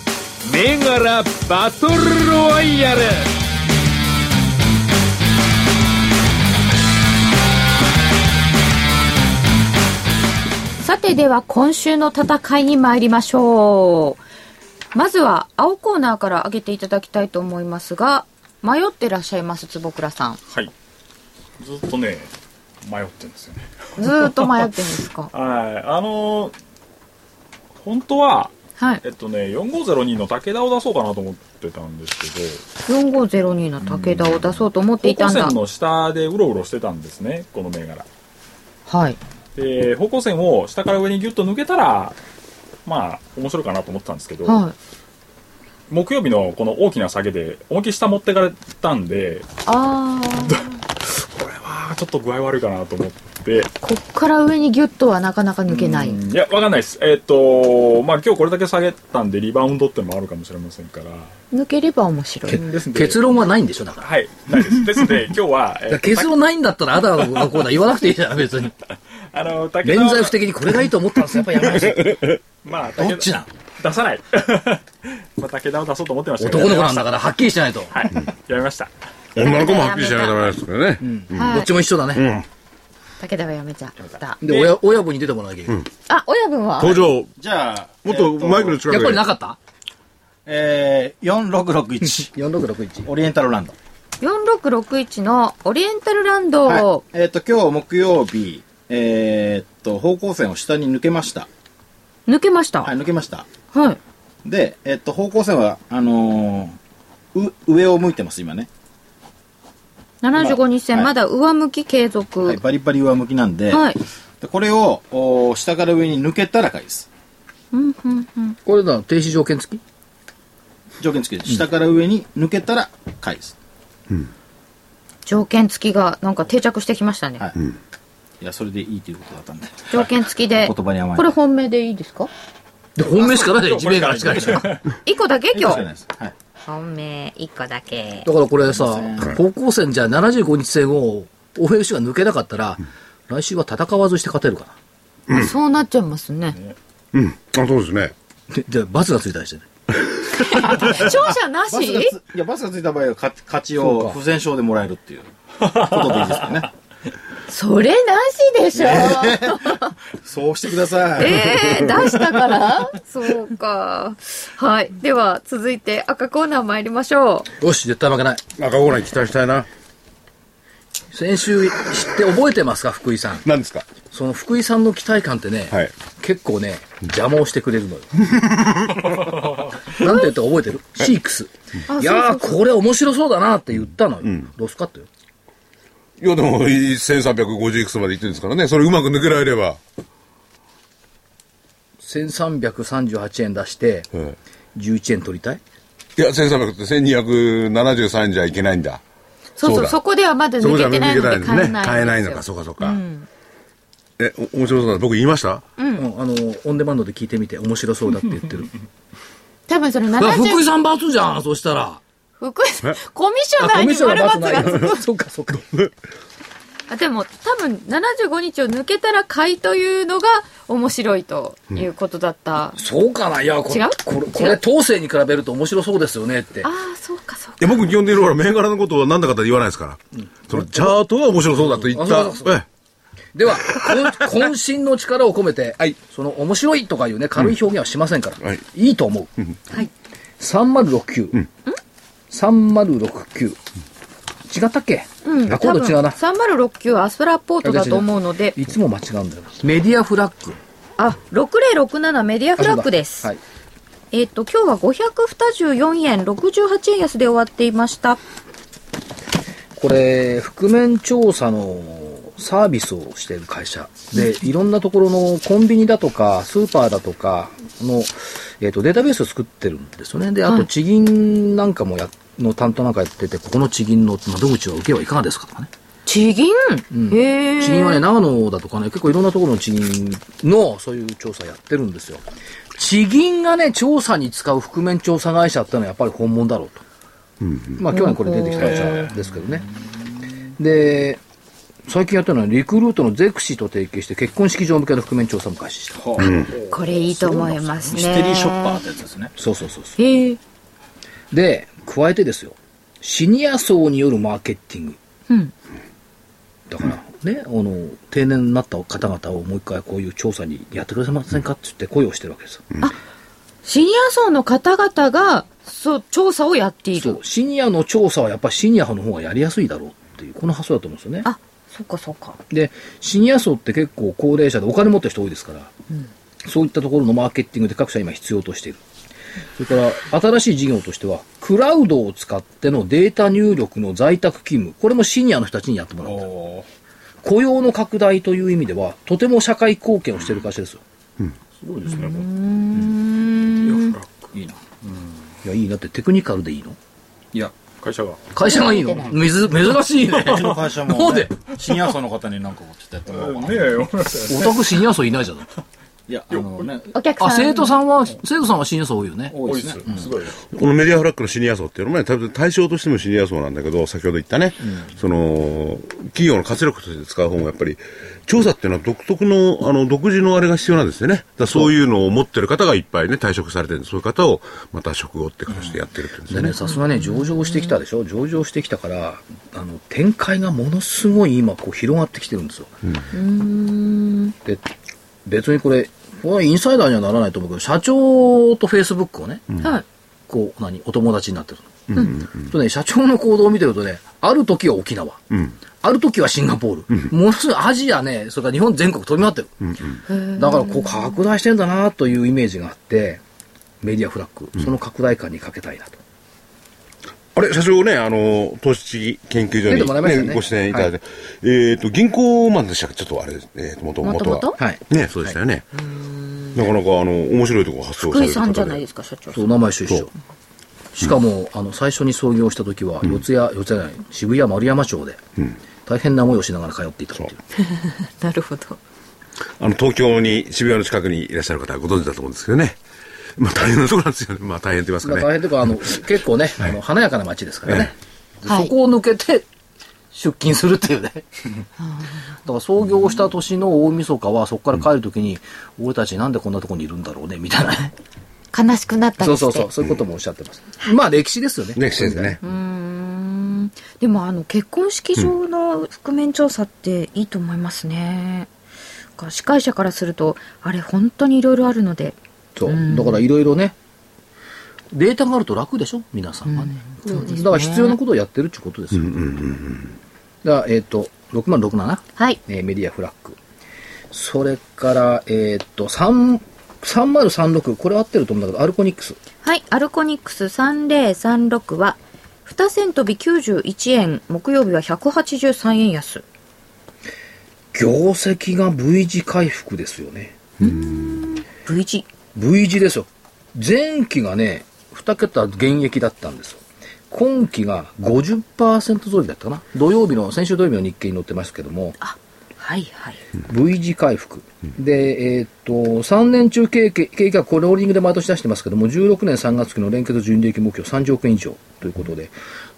S9: 銘柄バトルロワイヤル
S1: さてでは今週の戦いに参りましょう。まずは青コーナーから上げていただきたいと思いますが、迷ってらっしゃいます、坪倉さん。
S6: はいずっとね迷ってんですよね
S1: ずーっと迷ってるんですか
S6: はいあのー本当は
S1: はい
S6: え。っとね4502の武田を出そうかなと思ってたんですけど
S1: 4502の武田を出そうと思ってい
S6: 方
S1: た
S6: 向
S1: んだ
S6: 線。の下でうろうろしてたんですねこの銘柄
S1: はい。
S6: で方向線を下から上にギュッと抜けたらまあ面白いかなと思ってたんですけど、
S1: はい。
S6: 木曜日のこの大きな下げで思いっきり下持ってかれたんで
S1: あー、
S6: これはちょっと具合悪いかなと思って
S1: こっから上にギュッとはなかなか抜けない。
S6: うんいやわかんないですえっ、とまあ今日これだけ下げたんでリバウンドってのもあるかもしれませんから
S1: 抜ければ面 白い。
S6: ですんで
S4: 結論はないんでしょだから
S6: はいないですですの で今日は、え
S4: だ
S6: ー
S4: から結論ないんだったらあだのコーナー言わなくていいじゃん 別に
S6: あの武
S4: 免罪
S6: 田
S4: 不的にこれがいいと思ったんですよやっぱり山 口
S6: まあ
S4: さん
S6: 武
S4: どっ
S6: 田
S4: ちなん
S6: 出さない まあ武田を出そうと思ってましたけど
S4: 男の子なんだからはっきりしてないと、
S6: はいやめました
S5: 女の子もはっきりしないとダメですけどね。
S4: どっちも一緒だね、
S1: 武田はやめちゃった。
S4: で、親親分に出てもらわなきゃいけない。
S1: あ、親分は
S5: 登場。
S2: じゃあ、
S5: もっとマイクの
S4: や
S5: 力
S4: っ
S5: で。
S4: ぱりなかった
S2: えー、4661
S4: ?4661。
S2: オリエンタルランド。
S1: 4661のオリエンタルランド、
S2: はい、えっ、と、今日木曜日、えーっと、方向線を下に抜けました。
S1: 抜けました。
S2: は、
S1: はいい。
S2: 抜けました。で、えっ、と、方向線は、あのーう上を向いてます、今ね。
S1: 75日線、
S2: はい
S1: まだ上向き継続。
S2: は、
S1: はいい。
S2: バリバリ上向きなんで、でこれをお下から上に抜けたら回です。
S1: うんうんうん。
S4: これだ、停止条件付き
S2: 条件付きです。下から上に抜けたら回です。
S1: 条件付きがなんか定着してきましたね。
S2: はいいや、それでいいということだったんで。
S1: 条件付きで。
S2: 言葉に甘えて
S1: これ本命でいいですか
S4: で、本命しかないじゃん、1名からしかないじゃん。だか
S1: ?1 個だけ今
S2: そうじゃない
S1: 日。
S2: です。はい。
S1: 本命1個だけ。
S4: らこれさ、方向線じゃ75日線を、オフェルシが抜けなかったら、来週は戦わずして勝てるか
S10: そうなっちゃいますね。
S5: うん。あ、そうですね。
S4: な。で、で、罰がついたりしてね。
S10: 勝者な
S2: バス
S10: し
S2: がついやバスがついた場合は勝勝ちを不戦勝でもらえるっていうことでいいですかね。
S10: それなしでしょ
S2: そうしてください。
S1: えー、出したからそうか。はい。では、続いて赤コーナー参りましょう。
S4: よし、絶対負けない。
S5: 赤コーナーに期待したいな。
S4: 先週知って覚えてますか、福井さん。
S5: 何ですか
S4: その福井さんの期待感ってね、
S5: はい
S4: 結構ね、邪魔をしてくれるのよ。 なんて言ったか覚えてるシークス。いやー、これ面白そうだなって言ったのよ。ロスカットよ。
S5: いや、でも、1350いくつまでいってるんですからね。それうまく抜けられれば。
S4: 1338円出して、
S5: うん
S4: 11円取りたい
S5: いや、1300って1273じゃいけないんだ。
S10: そうそ
S5: そ
S10: うう、
S5: だ
S10: そこではまだ
S5: そ
S10: 抜
S5: こじ
S10: け
S5: ゃ
S10: てないので買え
S5: ね
S10: ない。
S5: 買えないのか、そうかそうか。え、お面白そうだ。僕言いました
S4: うん、あのオンデマンドで聞いてみて面白そうだ って言ってる
S10: 多分それ
S4: だから福井
S10: 70、
S4: さん罰じゃんそしたら
S10: 福井さん、コミッショナーに
S4: が
S10: 丸×が
S4: ない そっかそっか
S1: あでも多分75日を抜けたら買いというのが面白いということだった、
S4: そうかないやこれ
S1: 違う
S4: これこれ当世に比べると面白そうですよねって
S1: ああそうかそうか
S5: いや、僕基本的にほら、銘柄のことは何だかって言わないですから。その、チャートが面白そうだと言っ
S4: あそうそうそう
S5: た。え
S4: ではこん渾身の力を込めて、
S5: はい
S4: その面白いとかいうね軽い表現はしませんから、
S5: はい
S4: いいと思う、
S1: はい
S4: 3069、3069違ったっけ、あ今度違うな
S1: 3069アスラポートだと思うので
S4: いつも間違うんだよなメディアフラッグ
S1: あ6067メディアフラッグです、
S4: あそうだ
S1: えっ、と今日は524円68円安で終わっていました
S4: これ覆面調査のサービスをしている会社でいろんなところのコンビニだとかスーパーだとかの、えー、とデータベースを作ってるんですよねであと地銀なんかもやの担当なんかやっててここの地銀の窓口を受けはいかがですかとかね
S1: 地銀、へ
S4: 地銀はね長野だとかね結構いろんなところの地銀のそういう調査やってるんですよ地銀がね調査に使う覆面調査会社ってのはやっぱり本物だろうと、まあ去年これ出てきた会社ですけどねで最近やったのはリクルートのゼクシーと提携して結婚式場向けの覆面調査も開始した
S2: はあ
S1: これいいと思います
S2: ミ
S1: ね
S2: ステリーショッパーってやつですね。
S4: そうそうそうそう
S1: へえ
S4: で加えてですよシニア層によるマーケティング、だからねあの定年になった方々をもう一回こういう調査にやってくれませんかって言って声をしてるわけですよ、
S1: シニア層の方々がそう調査をやってい
S4: そ
S1: る
S4: うシニアの調査はやっぱりシニアの方がやりやすいだろうっていうこの発想だと思うんですよね
S1: あそうかそうか
S4: でシニア層って結構高齢者でお金持ってる人多いですから、そういったところのマーケティングで各社今必要としているそれから新しい事業としてはクラウドを使ってのデータ入力の在宅勤務これもシニアの人たちにやってもらう
S2: おー
S4: 雇用の拡大という意味ではとても社会貢献をしている会社ですよ
S6: すごいですね、これ
S2: いいな。
S4: いやいいなってテクニカルでいいの
S2: いや、
S6: 会社が。
S4: 会社がいいの水珍しいね
S2: うちの会社
S4: な
S2: も、
S4: んで
S2: ね、シニア層の方になんかこうちょっとやってもらおうかな。
S6: ねえ、
S4: オタクシニア層いないじゃん
S2: いや、あのね、
S11: お客さん
S4: あ、生徒さんは、生徒さんは新予算多いよね。
S2: 多
S6: 多
S2: い
S6: いで
S2: で
S6: すす
S2: ね。
S6: よすごいよ
S5: このメディアフラッグのシニア層っていうのは、ね、多分対象としてもシニア層なんだけど、先ほど言ったね、その、企業の活力として使う方もやっぱり、調査っていうのは独特の、あの、独自のあれが必要なんですよね。だからそういうのを持ってる方がいっぱいね、退職されてるんで、そういう方を、また職後って形でやってるっていうんですよ
S4: で
S5: ね。
S4: ね、さすがね、上場してきたでしょ、上場してきたから、あの展開がものすごい今、こう広がってきてるんですよ。で、別にこれ、これインサイダーにはならないと思うけど、社長とフェイスブックをね、
S11: はい
S4: こう、何、お友達になってるの。とね、社長の行動を見てるとね、ある時は沖縄、
S5: うん。
S4: ある時はシンガポール、ものすごいアジアね、それから日本全国飛び回ってる。だからこう拡大してんだなというイメージがあって、メディアフラッグ、その拡大感にかけたいなと。
S5: あれ、社長ね、あの、投資研究所
S4: 出てもらいました
S5: に、
S4: よね
S5: ご出演いただいて、えっ、と、銀行マンでしたっけちょっとあれ、えっ、と、元々は。
S11: 元
S4: はい。
S5: ね、そうでしたよね。なかなか、あの、面白いところ発想さ
S11: 福
S5: れ
S11: 井
S5: る
S11: さ
S5: 方
S11: ん
S5: で。
S11: じゃないですか社長
S4: そう、名前一緒一
S5: そ
S4: 緒。しかも、あの、最初に創業した時は、四谷、四谷じゃない、渋谷丸山町で、大変な思いをしながら通っていたっていう。
S11: なるほど
S5: あの、東京に、渋谷の近くにいらっしゃる方はご存知だと思うんですけどね。まあ大変なところなんですよね。まあ大変と言います
S4: ま
S5: か
S4: あ
S5: ね。
S4: 大変というか、あの、結構ね、あの、華やかな街ですからね。でそこを抜けて、出勤するってい うね。だから創業した年の大晦日は、そこから帰るときに、俺たちなんでこんなとこにいるんだろうね、みたいなね。
S11: 悲しくなった
S4: そ
S11: り
S4: う
S11: して
S4: そうそう、そういうこともおっしゃってます。まあ歴史ですよね。
S5: ね、先生ね。
S11: でもあの結婚式場の覆面調査っていいと思いますね、が司会者からするとあれ本当にいろいろあるので
S4: そう。だからいろいろね、データがあると楽でしょ皆さんがね。だから必要なことをやってるっていうことですよ。だから、えっ、と、6067、
S11: はい
S4: えーメディアフラッグ。それから、えっ、と、3 3036、これ合ってると思うんだけど、アルコニックス。
S11: はいアルコニックス3036は2銭飛び91円木曜日は183円安
S4: 業績が V 字回復ですよね。
S11: V 字
S4: V 字ですよ。前期がね、2桁減益だったんですよ。今期が50%増益だったかな。土曜日の、先週土曜日の日経に載ってますけども、
S11: はいはい、
S4: V 字回復。で、えーっと、3年中経営計計画、これローリングで毎年出してますけども、16年3月期の連結純利益目標30億円以上ということで、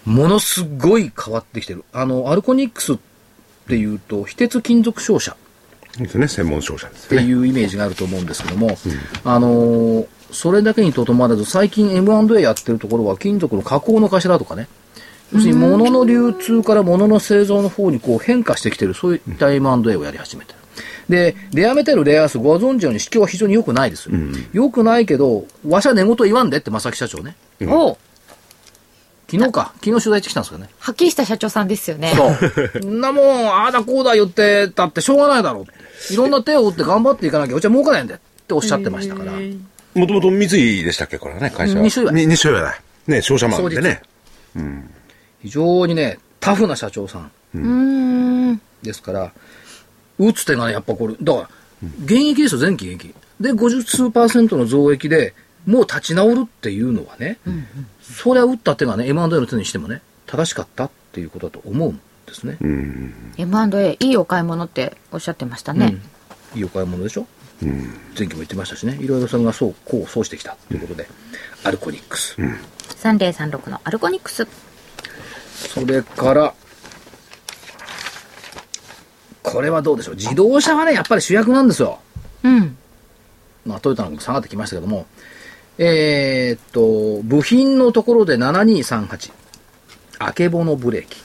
S4: ものすごい変わってきてる。あの、アルコニックスっていうと、非鉄金属商社。
S5: そうですね、専門商社で
S4: っ
S5: す
S4: て
S5: ね。
S4: いうイメージがあると思うんですけども、あのーそれだけにとどまらず、最近 M&A やってるところは、金属の加工の頭とかね、要するに物の流通から物の製造の方にこう変化してきてる、そういった M&A をやり始めてる。で、レアメタル、レアアース、ご存知のように、市況は非常に良くないですよ。良くないけど、わしゃ寝言言わんでって、正木社長ね。
S5: うん
S11: お
S4: 昨日か、昨日取材してきたんですよね。
S1: はっきりした社長さんですよね。
S4: そう。んなもん、ああだこうだ言ってたってしょうがないだろう。いろんな手を打って頑張っていかなきゃ、うちは儲かないんだよっておっしゃってましたから。
S5: もともと三井でしたっけ、これはね、会社は。
S4: 西岩
S5: に西岩だ。ね、商社マンでね。
S4: 非常にね、タフな社長さん
S11: うん
S4: ですから、打つ手がね、やっぱこれ、だから、現役ですよ、前期現役。で、50数パーセントの増益で、もう立ち直るっていうのはね、そりゃ打った手がね、M&A の手にしてもね、正しかったっていうことだと思うんですね。
S11: M&A いいお買い物っておっしゃってましたね、
S4: いいお買い物でしょ、前期も言ってましたしね、いろいろそれがそう、こう、そうしてきたということで、アルコニックス。
S11: 3036のアルコニックス
S4: それから、これはどうでしょう。自動車はね、やっぱり主役なんですよ。
S11: うん
S4: まあ、トヨタの方も下がってきましたけども、えーっと、部品のところで7238、あけぼのブレーキ。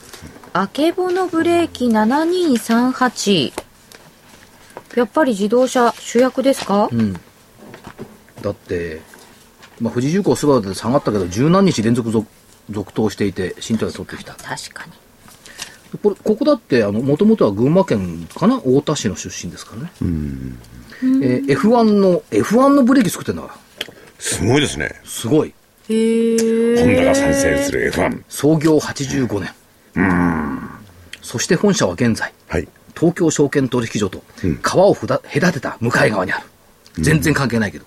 S11: あけぼのブレーキ7238やっぱり自動車主役ですか、
S4: うん。だって、まあ、富士重工スバルで下がったけど、十何日連続続続投していて、新トヨタ取ってきた。
S11: 確かに
S4: これここだって、もともとは群馬県かな太田市の出身ですからね。えー F1 の、F1 のブレーキ作ってんだから。
S5: すごいですね。
S4: すごい。
S5: ホンダが参戦する F1。
S4: 創業85年。そして本社は現在。
S5: はい。
S4: 東京証券取引所と川をふだ隔てた向かい側にある、全然関係ないけど、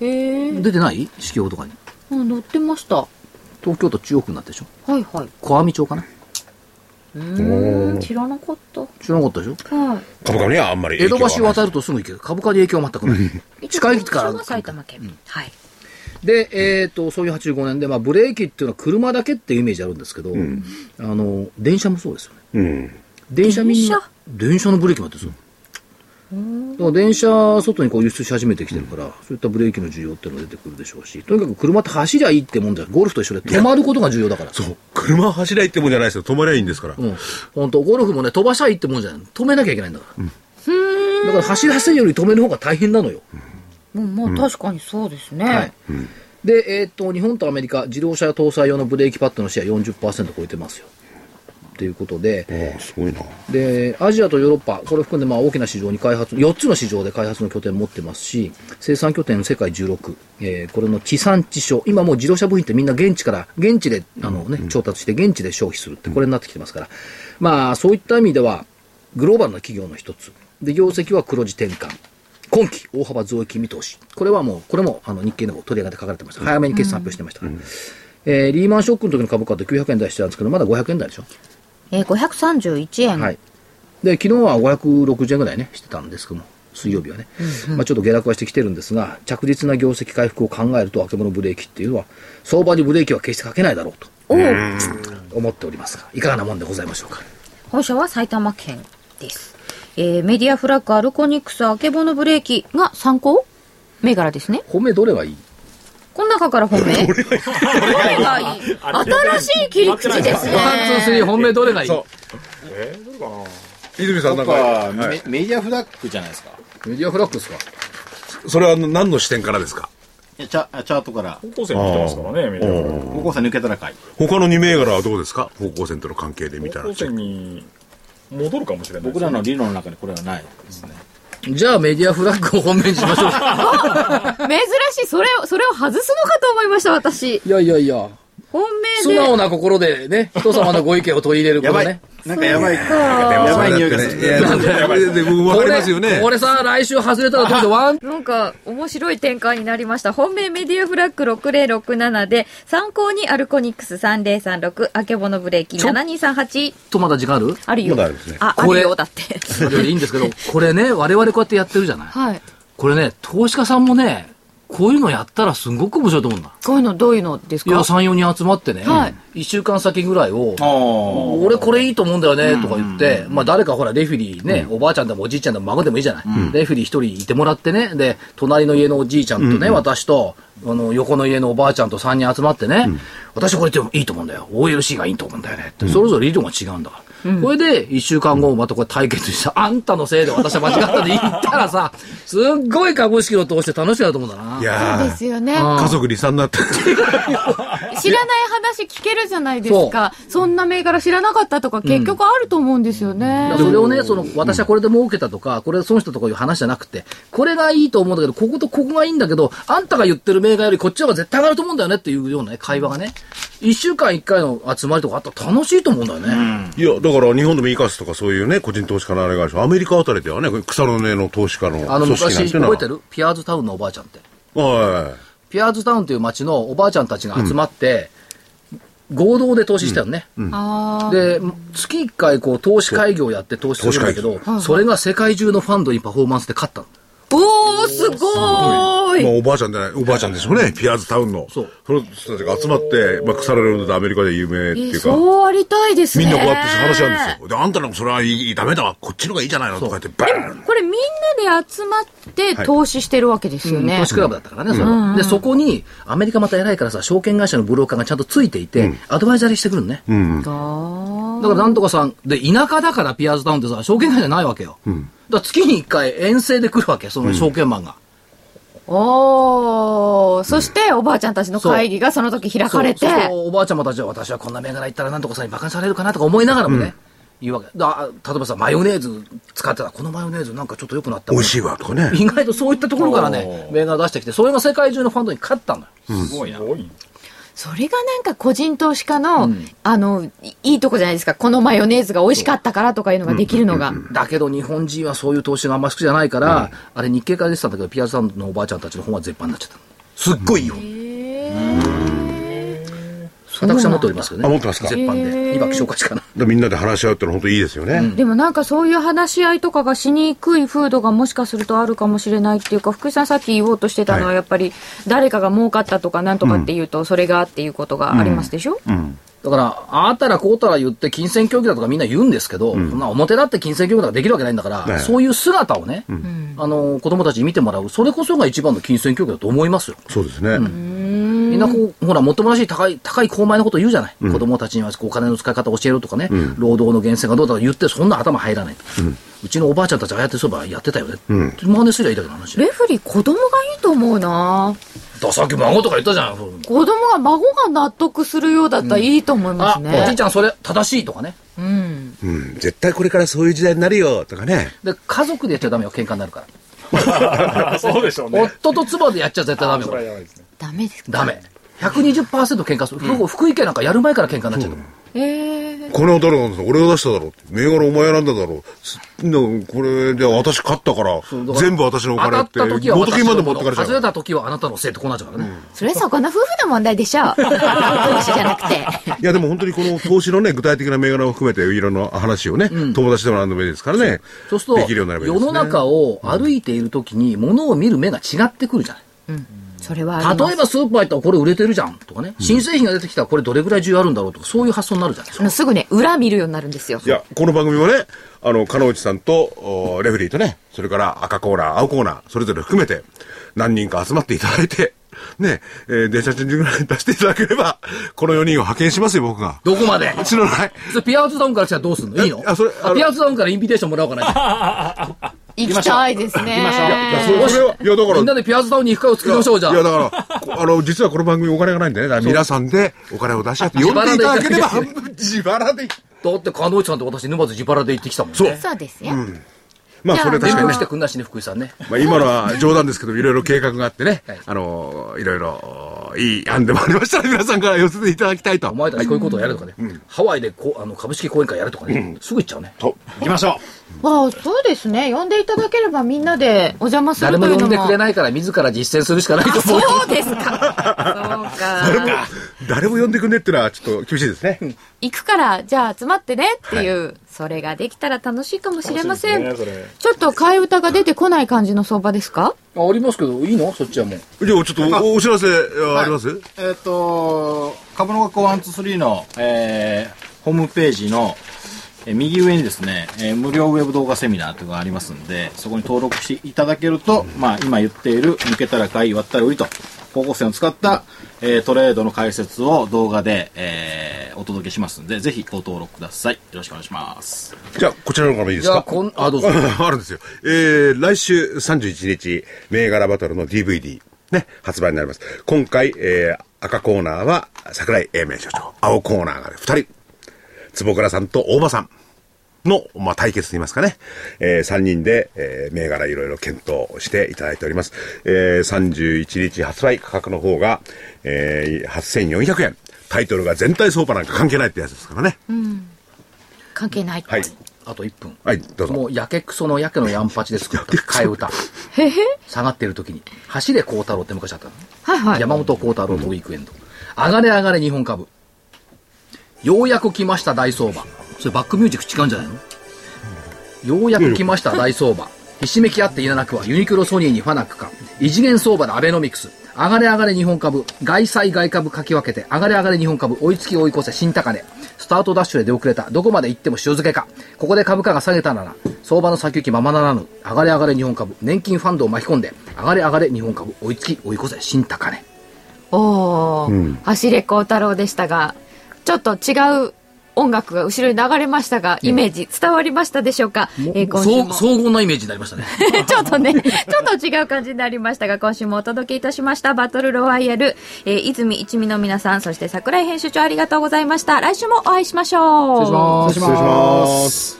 S11: へえ
S4: 出てない四季報とかに
S11: 乗ってましたは
S4: 東京都中央区になってるでしょ
S11: いはい
S4: 小網町かな
S5: おー
S11: 知らなかった。
S4: 知らなかったでしょ
S11: は
S5: 株価にはあんまり
S4: 江
S5: 影響
S4: 戸橋
S5: は
S4: 渡るとすぐ行ける。株価に影響は全くない。
S12: い。
S4: 近い駅から。
S12: が埼玉県民。はい。
S4: で、えっ、と、そういう85年で、まあ、ブレーキっていうのは車だけっていうイメージあるんですけど、あの、電車もそうですよね。
S5: うん。
S4: 電車みんな、電車のブレーキもあってそう。だから電車、外にこう輸出し始めてきてるから、そういったブレーキの需要っていうのが出てくるでしょうし、とにかく車って走りゃいいってもんじゃゴルフと一緒で止まることが重要だから。
S5: そう。車は走らないってもんじゃないですよ。止まりゃいいんですから。
S4: うん、本当ゴルフもね飛ばしゃいいってもんじゃない止めなきゃいけないんだから、だから走らせるより止める方が大変なのよ、
S11: い。もう、まあ、確かにそうですね。
S4: はいでえーっと日本とアメリカ自動車搭載用のブレーキパッドのシェア40%超えてますよということで
S5: ああ、すごいな。
S4: でアジアとヨーロッパこれ含んでまあ大きな市場に開発4つの市場で開発の拠点を持ってますし生産拠点世界16、えーこれの地産地消今もう自動車部品ってみんな現地から現地であの、ね調達して現地で消費するってこれになってきてますから、まあそういった意味ではグローバルな企業の一つで業績は黒字転換今期大幅増益見通しこれはもうこれもあの日経の方取り上げて書かれてました早めに決算発表してましたから、えーリーマンショックの時の株価って900円台してたんですけどまだ500円台でしょ
S11: えー、531円。
S4: はい、で昨日は560円ぐらいねしてたんですけども水曜日はね、まあ、ちょっと下落はしてきてるんですが着実な業績回復を考えると明け物ブレーキっていうのは相場にブレーキは決してかけないだろうと
S11: おう
S4: 思っておりますがいかがなもんでございましょうか
S11: 本社は埼玉県です。えー、メディアフラッグアルコニクスあけぼのブレーキが参考銘柄ですね。
S4: 褒めどれはいい
S11: この中から本命。これがいい。新しい切り口ですね。
S4: 3本命どれがいい
S6: えー、どれかな
S5: 泉さん、なんか、
S2: 僕は
S5: はい
S2: メメディアフラッグじゃないですか。
S4: メディアフラッグですか
S5: それは何の視点からですか
S2: いやチャチャートから、
S6: 高校生に来てますからね、メディアフラッグ
S2: 高校生抜けたら買い。
S5: 他の2銘柄はどうですか方向線との関係で見た
S6: 高校。
S5: ら
S6: 生に戻るかもしれないですね。
S2: 僕らの理論の中にこれはないですね。
S4: じゃあメディアフラッグを本命にしましょう
S1: 珍しいそれをそれを外すのかと思いました私
S4: いやいやいや
S11: 本
S4: 素
S11: 命で
S4: 直な心でね人様のご意見を取り入れるこ
S2: や
S4: と
S2: ば
S4: ね
S2: い。なんかやばい。
S5: や
S2: やばい匂いがす
S5: いや、
S2: る。
S5: でもでもわかりますよ
S4: これ
S5: ね。
S4: これさ来週外れたらどうぞワン
S11: なんか面白い展開になりました。本命メディアフラッグ6067で、参考にアルコニックス3036、あけぼのブレーキ
S4: ちょ
S11: 7238。
S4: とまだ時間ある
S11: あるよ。
S5: まだあるんですね。
S11: あ、あ
S4: これ
S11: るよ、だ って。
S4: よりいいんですけど、これね、我々こうやってやってるじゃない。
S1: はい
S4: これね、投資家さんもね、こういうのやったらすごく面白いと思うんだ。
S1: こういうのどういうのです
S4: いや、
S1: か
S4: 3、4人集まってね、
S1: はい
S4: 1週間先ぐらいを、
S2: おー
S4: 俺これいいと思うんだよね、とか言って、まあ誰かほら、レフェリーね、おばあちゃんでもおじいちゃんでも孫でもいいじゃない。レフェリー一人いてもらってね、で、隣の家のおじいちゃんとね、私と、あの、横の家のおばあちゃんと3人集まってね、私これっていいと思うんだよ。OLC がいいと思うんだよね。ってそれぞれ理論が違うんだから。これで、一週間後、またこれ対決して、あんたのせいで私は間違ったで言ったらさ、すっごい株式を通して楽しくなると思うんだない
S5: や
S1: ですよね
S4: うん
S5: ー、家族離散になって。
S1: 知らない話聞けるじゃないですかそんな銘柄知らなかったとか結局あると思うんですよね、
S4: それをね、その、私はこれで儲けたとか、これで損したとかいう話じゃなくて、これがいいと思うんだけど、こことここがいいんだけど、あんたが言ってる銘柄よりこっちの方が絶対上がると思うんだよねっていうようなね、会話がね、一週間一回の集まりとかあったら楽しいと思うんだよね。
S5: いや、だから日本でもイカスとかそういうね、個人投資家のあれがあるし、アメリカあたりではね、草の根の投資家の
S4: あの、
S5: 組織なん
S4: 昔、
S5: ていう
S4: 覚
S5: のは。
S4: えてるピアーズタウンのおばあちゃんって。
S5: は
S4: ピアーズタウンという町のおばあちゃんたちが集まって、合同で投資したよね。
S1: あ
S4: で、月1回こう投資会議をやって投資するんだけ
S5: 投
S4: ど、それが世界中のファンドにパフォーマンスで勝ったの。
S11: おー、すご
S5: い。
S11: ー
S5: まあ
S11: い。
S5: おばあちゃんじゃない、おばあちゃんでしょうね、ピアーズタウンの。
S4: そう。
S5: その人たちが集まって、まあ草の根のでアメリカで有名っていうか。
S11: そうありたいですね。
S5: みんなこうやって話し合うんですよ。で、あんたなんかそれはいい、ダメだわ。こっちのがいいじゃないのとか言って、バーン
S1: これみんなで集まって投資してるわけですよね、
S4: 投資クラブだったからね、それはで、そこに、アメリカまた偉いからさ、証券会社のブローカーがちゃんとついていて、アドバイザリーしてくるのね。だからなんとかさん、で、田舎だからピアーズタウンってさ、証券会社ないわけよ。だから月に1回遠征で来るわけ、その証券マンが。
S1: おお、そしておばあちゃんたちの会議がその時開
S4: そ
S1: か
S4: う
S1: れて
S4: そうするとおばあちゃまたちは私はこんな銘柄行ったらなんとかさんに馬鹿にされるかなとか思いながらもね、言うわけだ例えばさマヨネーズ使ってたこのマヨネーズなんかちょっと良くなった
S5: 美味しいわ、とかね。
S4: 意外とそういったところからね銘柄出してきてそれが世界中のファンドに勝ったのよ
S2: すごいな。
S6: 多い
S1: それがなんか個人投資家の、あのいいいとこじゃないですかこのマヨネーズが美味しかったからとかいうのができるのが、
S4: だけど日本人はそういう投資があんま好きじゃないから、あれ日経から出てたんだけどピアスさんのおばあちゃんたちの本は絶版になっちゃったすっごいいい本、私は持っておりますけどね。
S5: あ持ってますか
S4: 絶版で。今、紹介しかな。
S5: でみんなで話し合うってのは本当いいですよね。
S1: でもなんかそういう話し合いとかがしにくい風土がもしかするとあるかもしれないっていうか福井さんさっき言おうとしてたの
S5: は
S1: はいやっぱり誰かが儲かったとかなんとかっていうとそれがっていうことがありますでしょ、
S4: だから、あーたらこうたら言って金銭競技だとかみんな言うんですけど、そんな表だって金銭競技だとかできるわけないんだから、
S5: ね
S4: そういう姿をね、あの、子供たちに見てもらう、それこそが一番の金銭競技だと思いますよ。
S5: そうですね。
S4: みんなこう、ほら、もっともらしい高い、高い高米のこと言うじゃない。子供たちにはこうお金の使い方教えろとかね、労働の源泉がどうだとか言って、そんな頭入らないと。うちのおばあちゃんたちがああやってそういえばやってたよね。
S5: ん
S4: 真似すりゃいいだけの話。だ
S1: レフェリー子供がいいと思うな
S4: からさっき孫とか言ったじゃん。
S1: 子供が孫が納得するようだったらいいと思いま
S4: あ、
S1: す
S4: おじい
S1: ね、
S4: ちゃんそれ正しいとかね。
S5: うん。絶対これからそういう時代になるよ、とかね。
S4: で、家族でやっちゃダメよ、喧嘩になるから。
S6: そうでしょうね。
S4: 夫と妻でやっちゃ絶対ダメ
S6: それは
S4: よ。
S6: やばいですね。
S12: ダメですか
S4: ダメ。120%喧嘩する。福福井県なんかやる前から喧嘩になっちゃう。
S5: これは誰が出した俺が出しただろう。銘柄お前選んだだろう。すなこれで私勝ったから
S4: そうだ、から
S5: 全部私のお
S4: 当た
S5: 金っ、
S4: ってた時は
S5: 元
S4: 私
S5: 金まで
S4: のも
S5: 持っ
S4: の
S5: てかれちゃ
S4: 外れ
S5: う。
S4: た時はあなたのせいってこうなっちゃうからね。
S12: それそこの夫婦の問題 でしょう投資じゃなくて
S5: いやでも本当にこの投資のね、具体的な銘柄を含めていろんな話をね、友達でも何でもいいですからね。
S4: そうする
S5: で
S4: と、
S5: きるようになればいい
S4: 世
S5: ですね。
S4: の中を歩いている時に物を見る目が違ってくるじゃない。
S12: それはあります
S4: 例えばスーパー行ったらこれ売れてるじゃんとかね、新製品が出てきたらこれどれぐらい需要あるんだろうとか、そういう発想になるじゃないです
S1: あ
S4: か。
S1: のすぐね裏見るようになるんですよ
S5: いや、この番組はね、あの、金内さんと、おレフェリーとね、それから赤コーナー、青コーナー、それぞれ含めて、何人か集まっていただいて、ね、えー、電車賃金ぐらい出していただければ、この4人を派遣しますよ、僕が。
S4: どこまで
S5: 知らない。
S4: それピアーズダウンから来たらどうすんのいいの
S5: あそれあの
S4: ピアーズダウンからインビテーションもらおうかな。
S12: 行きたいですね
S5: いや、それそれは、いや、だから、
S4: みんなでピアーズダウンに行く会を作りましょうじゃ
S5: いや、だ
S4: あ。
S5: からこ、あの、実はこの番組お金がないんでね、だから皆さんでお金を出し合って呼んでいただければ、半分自腹で。
S4: だって、カノさんと私、沼津自腹で行ってきたもんね。そう。
S12: そうですよ、
S5: まあ、それは確
S4: 連
S5: かに
S4: 絡
S5: ね
S4: して。くんなしね、福井さんね。
S5: まあ、今のは冗談ですけど、いろいろ計画があってね、
S4: はい
S5: あの、いろいろ、いい案でもありましたら、皆さんから寄せていただきたいと。
S4: お前たちこういうことをやるとかね。ハワイでこうあの株式講演会やるとかね。すぐ行っちゃうね。
S2: 行きましょう
S1: わあそうですね呼んでいただければみんなでお邪魔す
S4: 誰
S1: る
S4: も
S1: という
S4: 呼
S1: の
S4: んでくれ
S1: も
S4: ないから、自ら実践するしかないと思う。
S1: そうですかそうか
S5: 誰も、誰も呼んでくんねえってのは、ちょっと厳しいですね。
S1: 行くから、じゃあ集まってねっていう、それができたら楽しいかもしれません。
S6: 楽しいですね
S1: ちょっと替え歌が出てこない感じの相場ですか
S4: あありますけど、いいのそっちはもう。
S5: じゃあ、ちょっとおお知らせあります、
S2: えっ、と株の学校123の、えーホームページの、えー右上にですね、えー無料ウェブ動画セミナーというのがありますんでそこに登録していただけると、まあ、今言っている抜けたら買い割ったら売りと方向線を使った、えートレードの解説を動画で、えーお届けしますんでぜひご登録くださいよろしくお願いします
S5: じゃあ、こちらの方からいいで
S4: じ
S5: す
S4: ゃあ、
S5: か
S4: こん、あ、どうぞ。
S5: あるんですよ。えー、来週31日、銘柄バトルの DVD、ね、発売になります。今回、えー、赤コーナーは桜井英明所長、青コーナーが2人、坪倉さんと大場さんの、まあ、対決といいますかね、え3人で、えー銘柄いろいろ検討していただいております。えー、31日発売価格の方が、えー、8400円。タイトルが全体相場なんか関係ないってやつですからね。
S12: 関係ない
S5: はい。
S4: あと1分。
S5: はい、どうぞ。
S4: もう、やけくそのやけのやんぱちで作った替え歌。下がってる時に、橋で幸太郎って昔あったの。
S1: はいはい。
S4: 山本幸太郎とウィークエンド。上がれ上がれ日本株。ようやく来ました大相場。それバックミュージック違うんじゃないのようやく来ました大相場。ひしめき合っていらなくはユニクロソニーにファナックか。異次元相場でアベノミクス。上がれ上がれ日本株。外債外株かき分けて。上がれ上がれ日本株。追いつき追い越せ新高値。スタートダッシュで出遅れた。どこまで行っても塩漬けか。ここで株価が下げたなら、相場の先行きままならぬ。上がれ上がれ日本株。年金ファンドを巻き込んで。上がれ上がれ日本株。追いつき追い越せ新高値。
S1: おー、走れ幸太郎でしたが、ちょっと違う音楽が後ろに流れましたが、イメージ伝わりましたでしょうか、えー今週
S4: 総
S1: も。
S4: 総合なイメージになりましたね。
S1: ちょっとね、ちょっと違う感じになりましたが、今週もお届けいたしました、バトルロワイヤル、えー泉一味の皆さん、そして桜井編集長ありがとうございました。来週もお会いしましょう。
S4: 失礼します。
S5: 失礼します。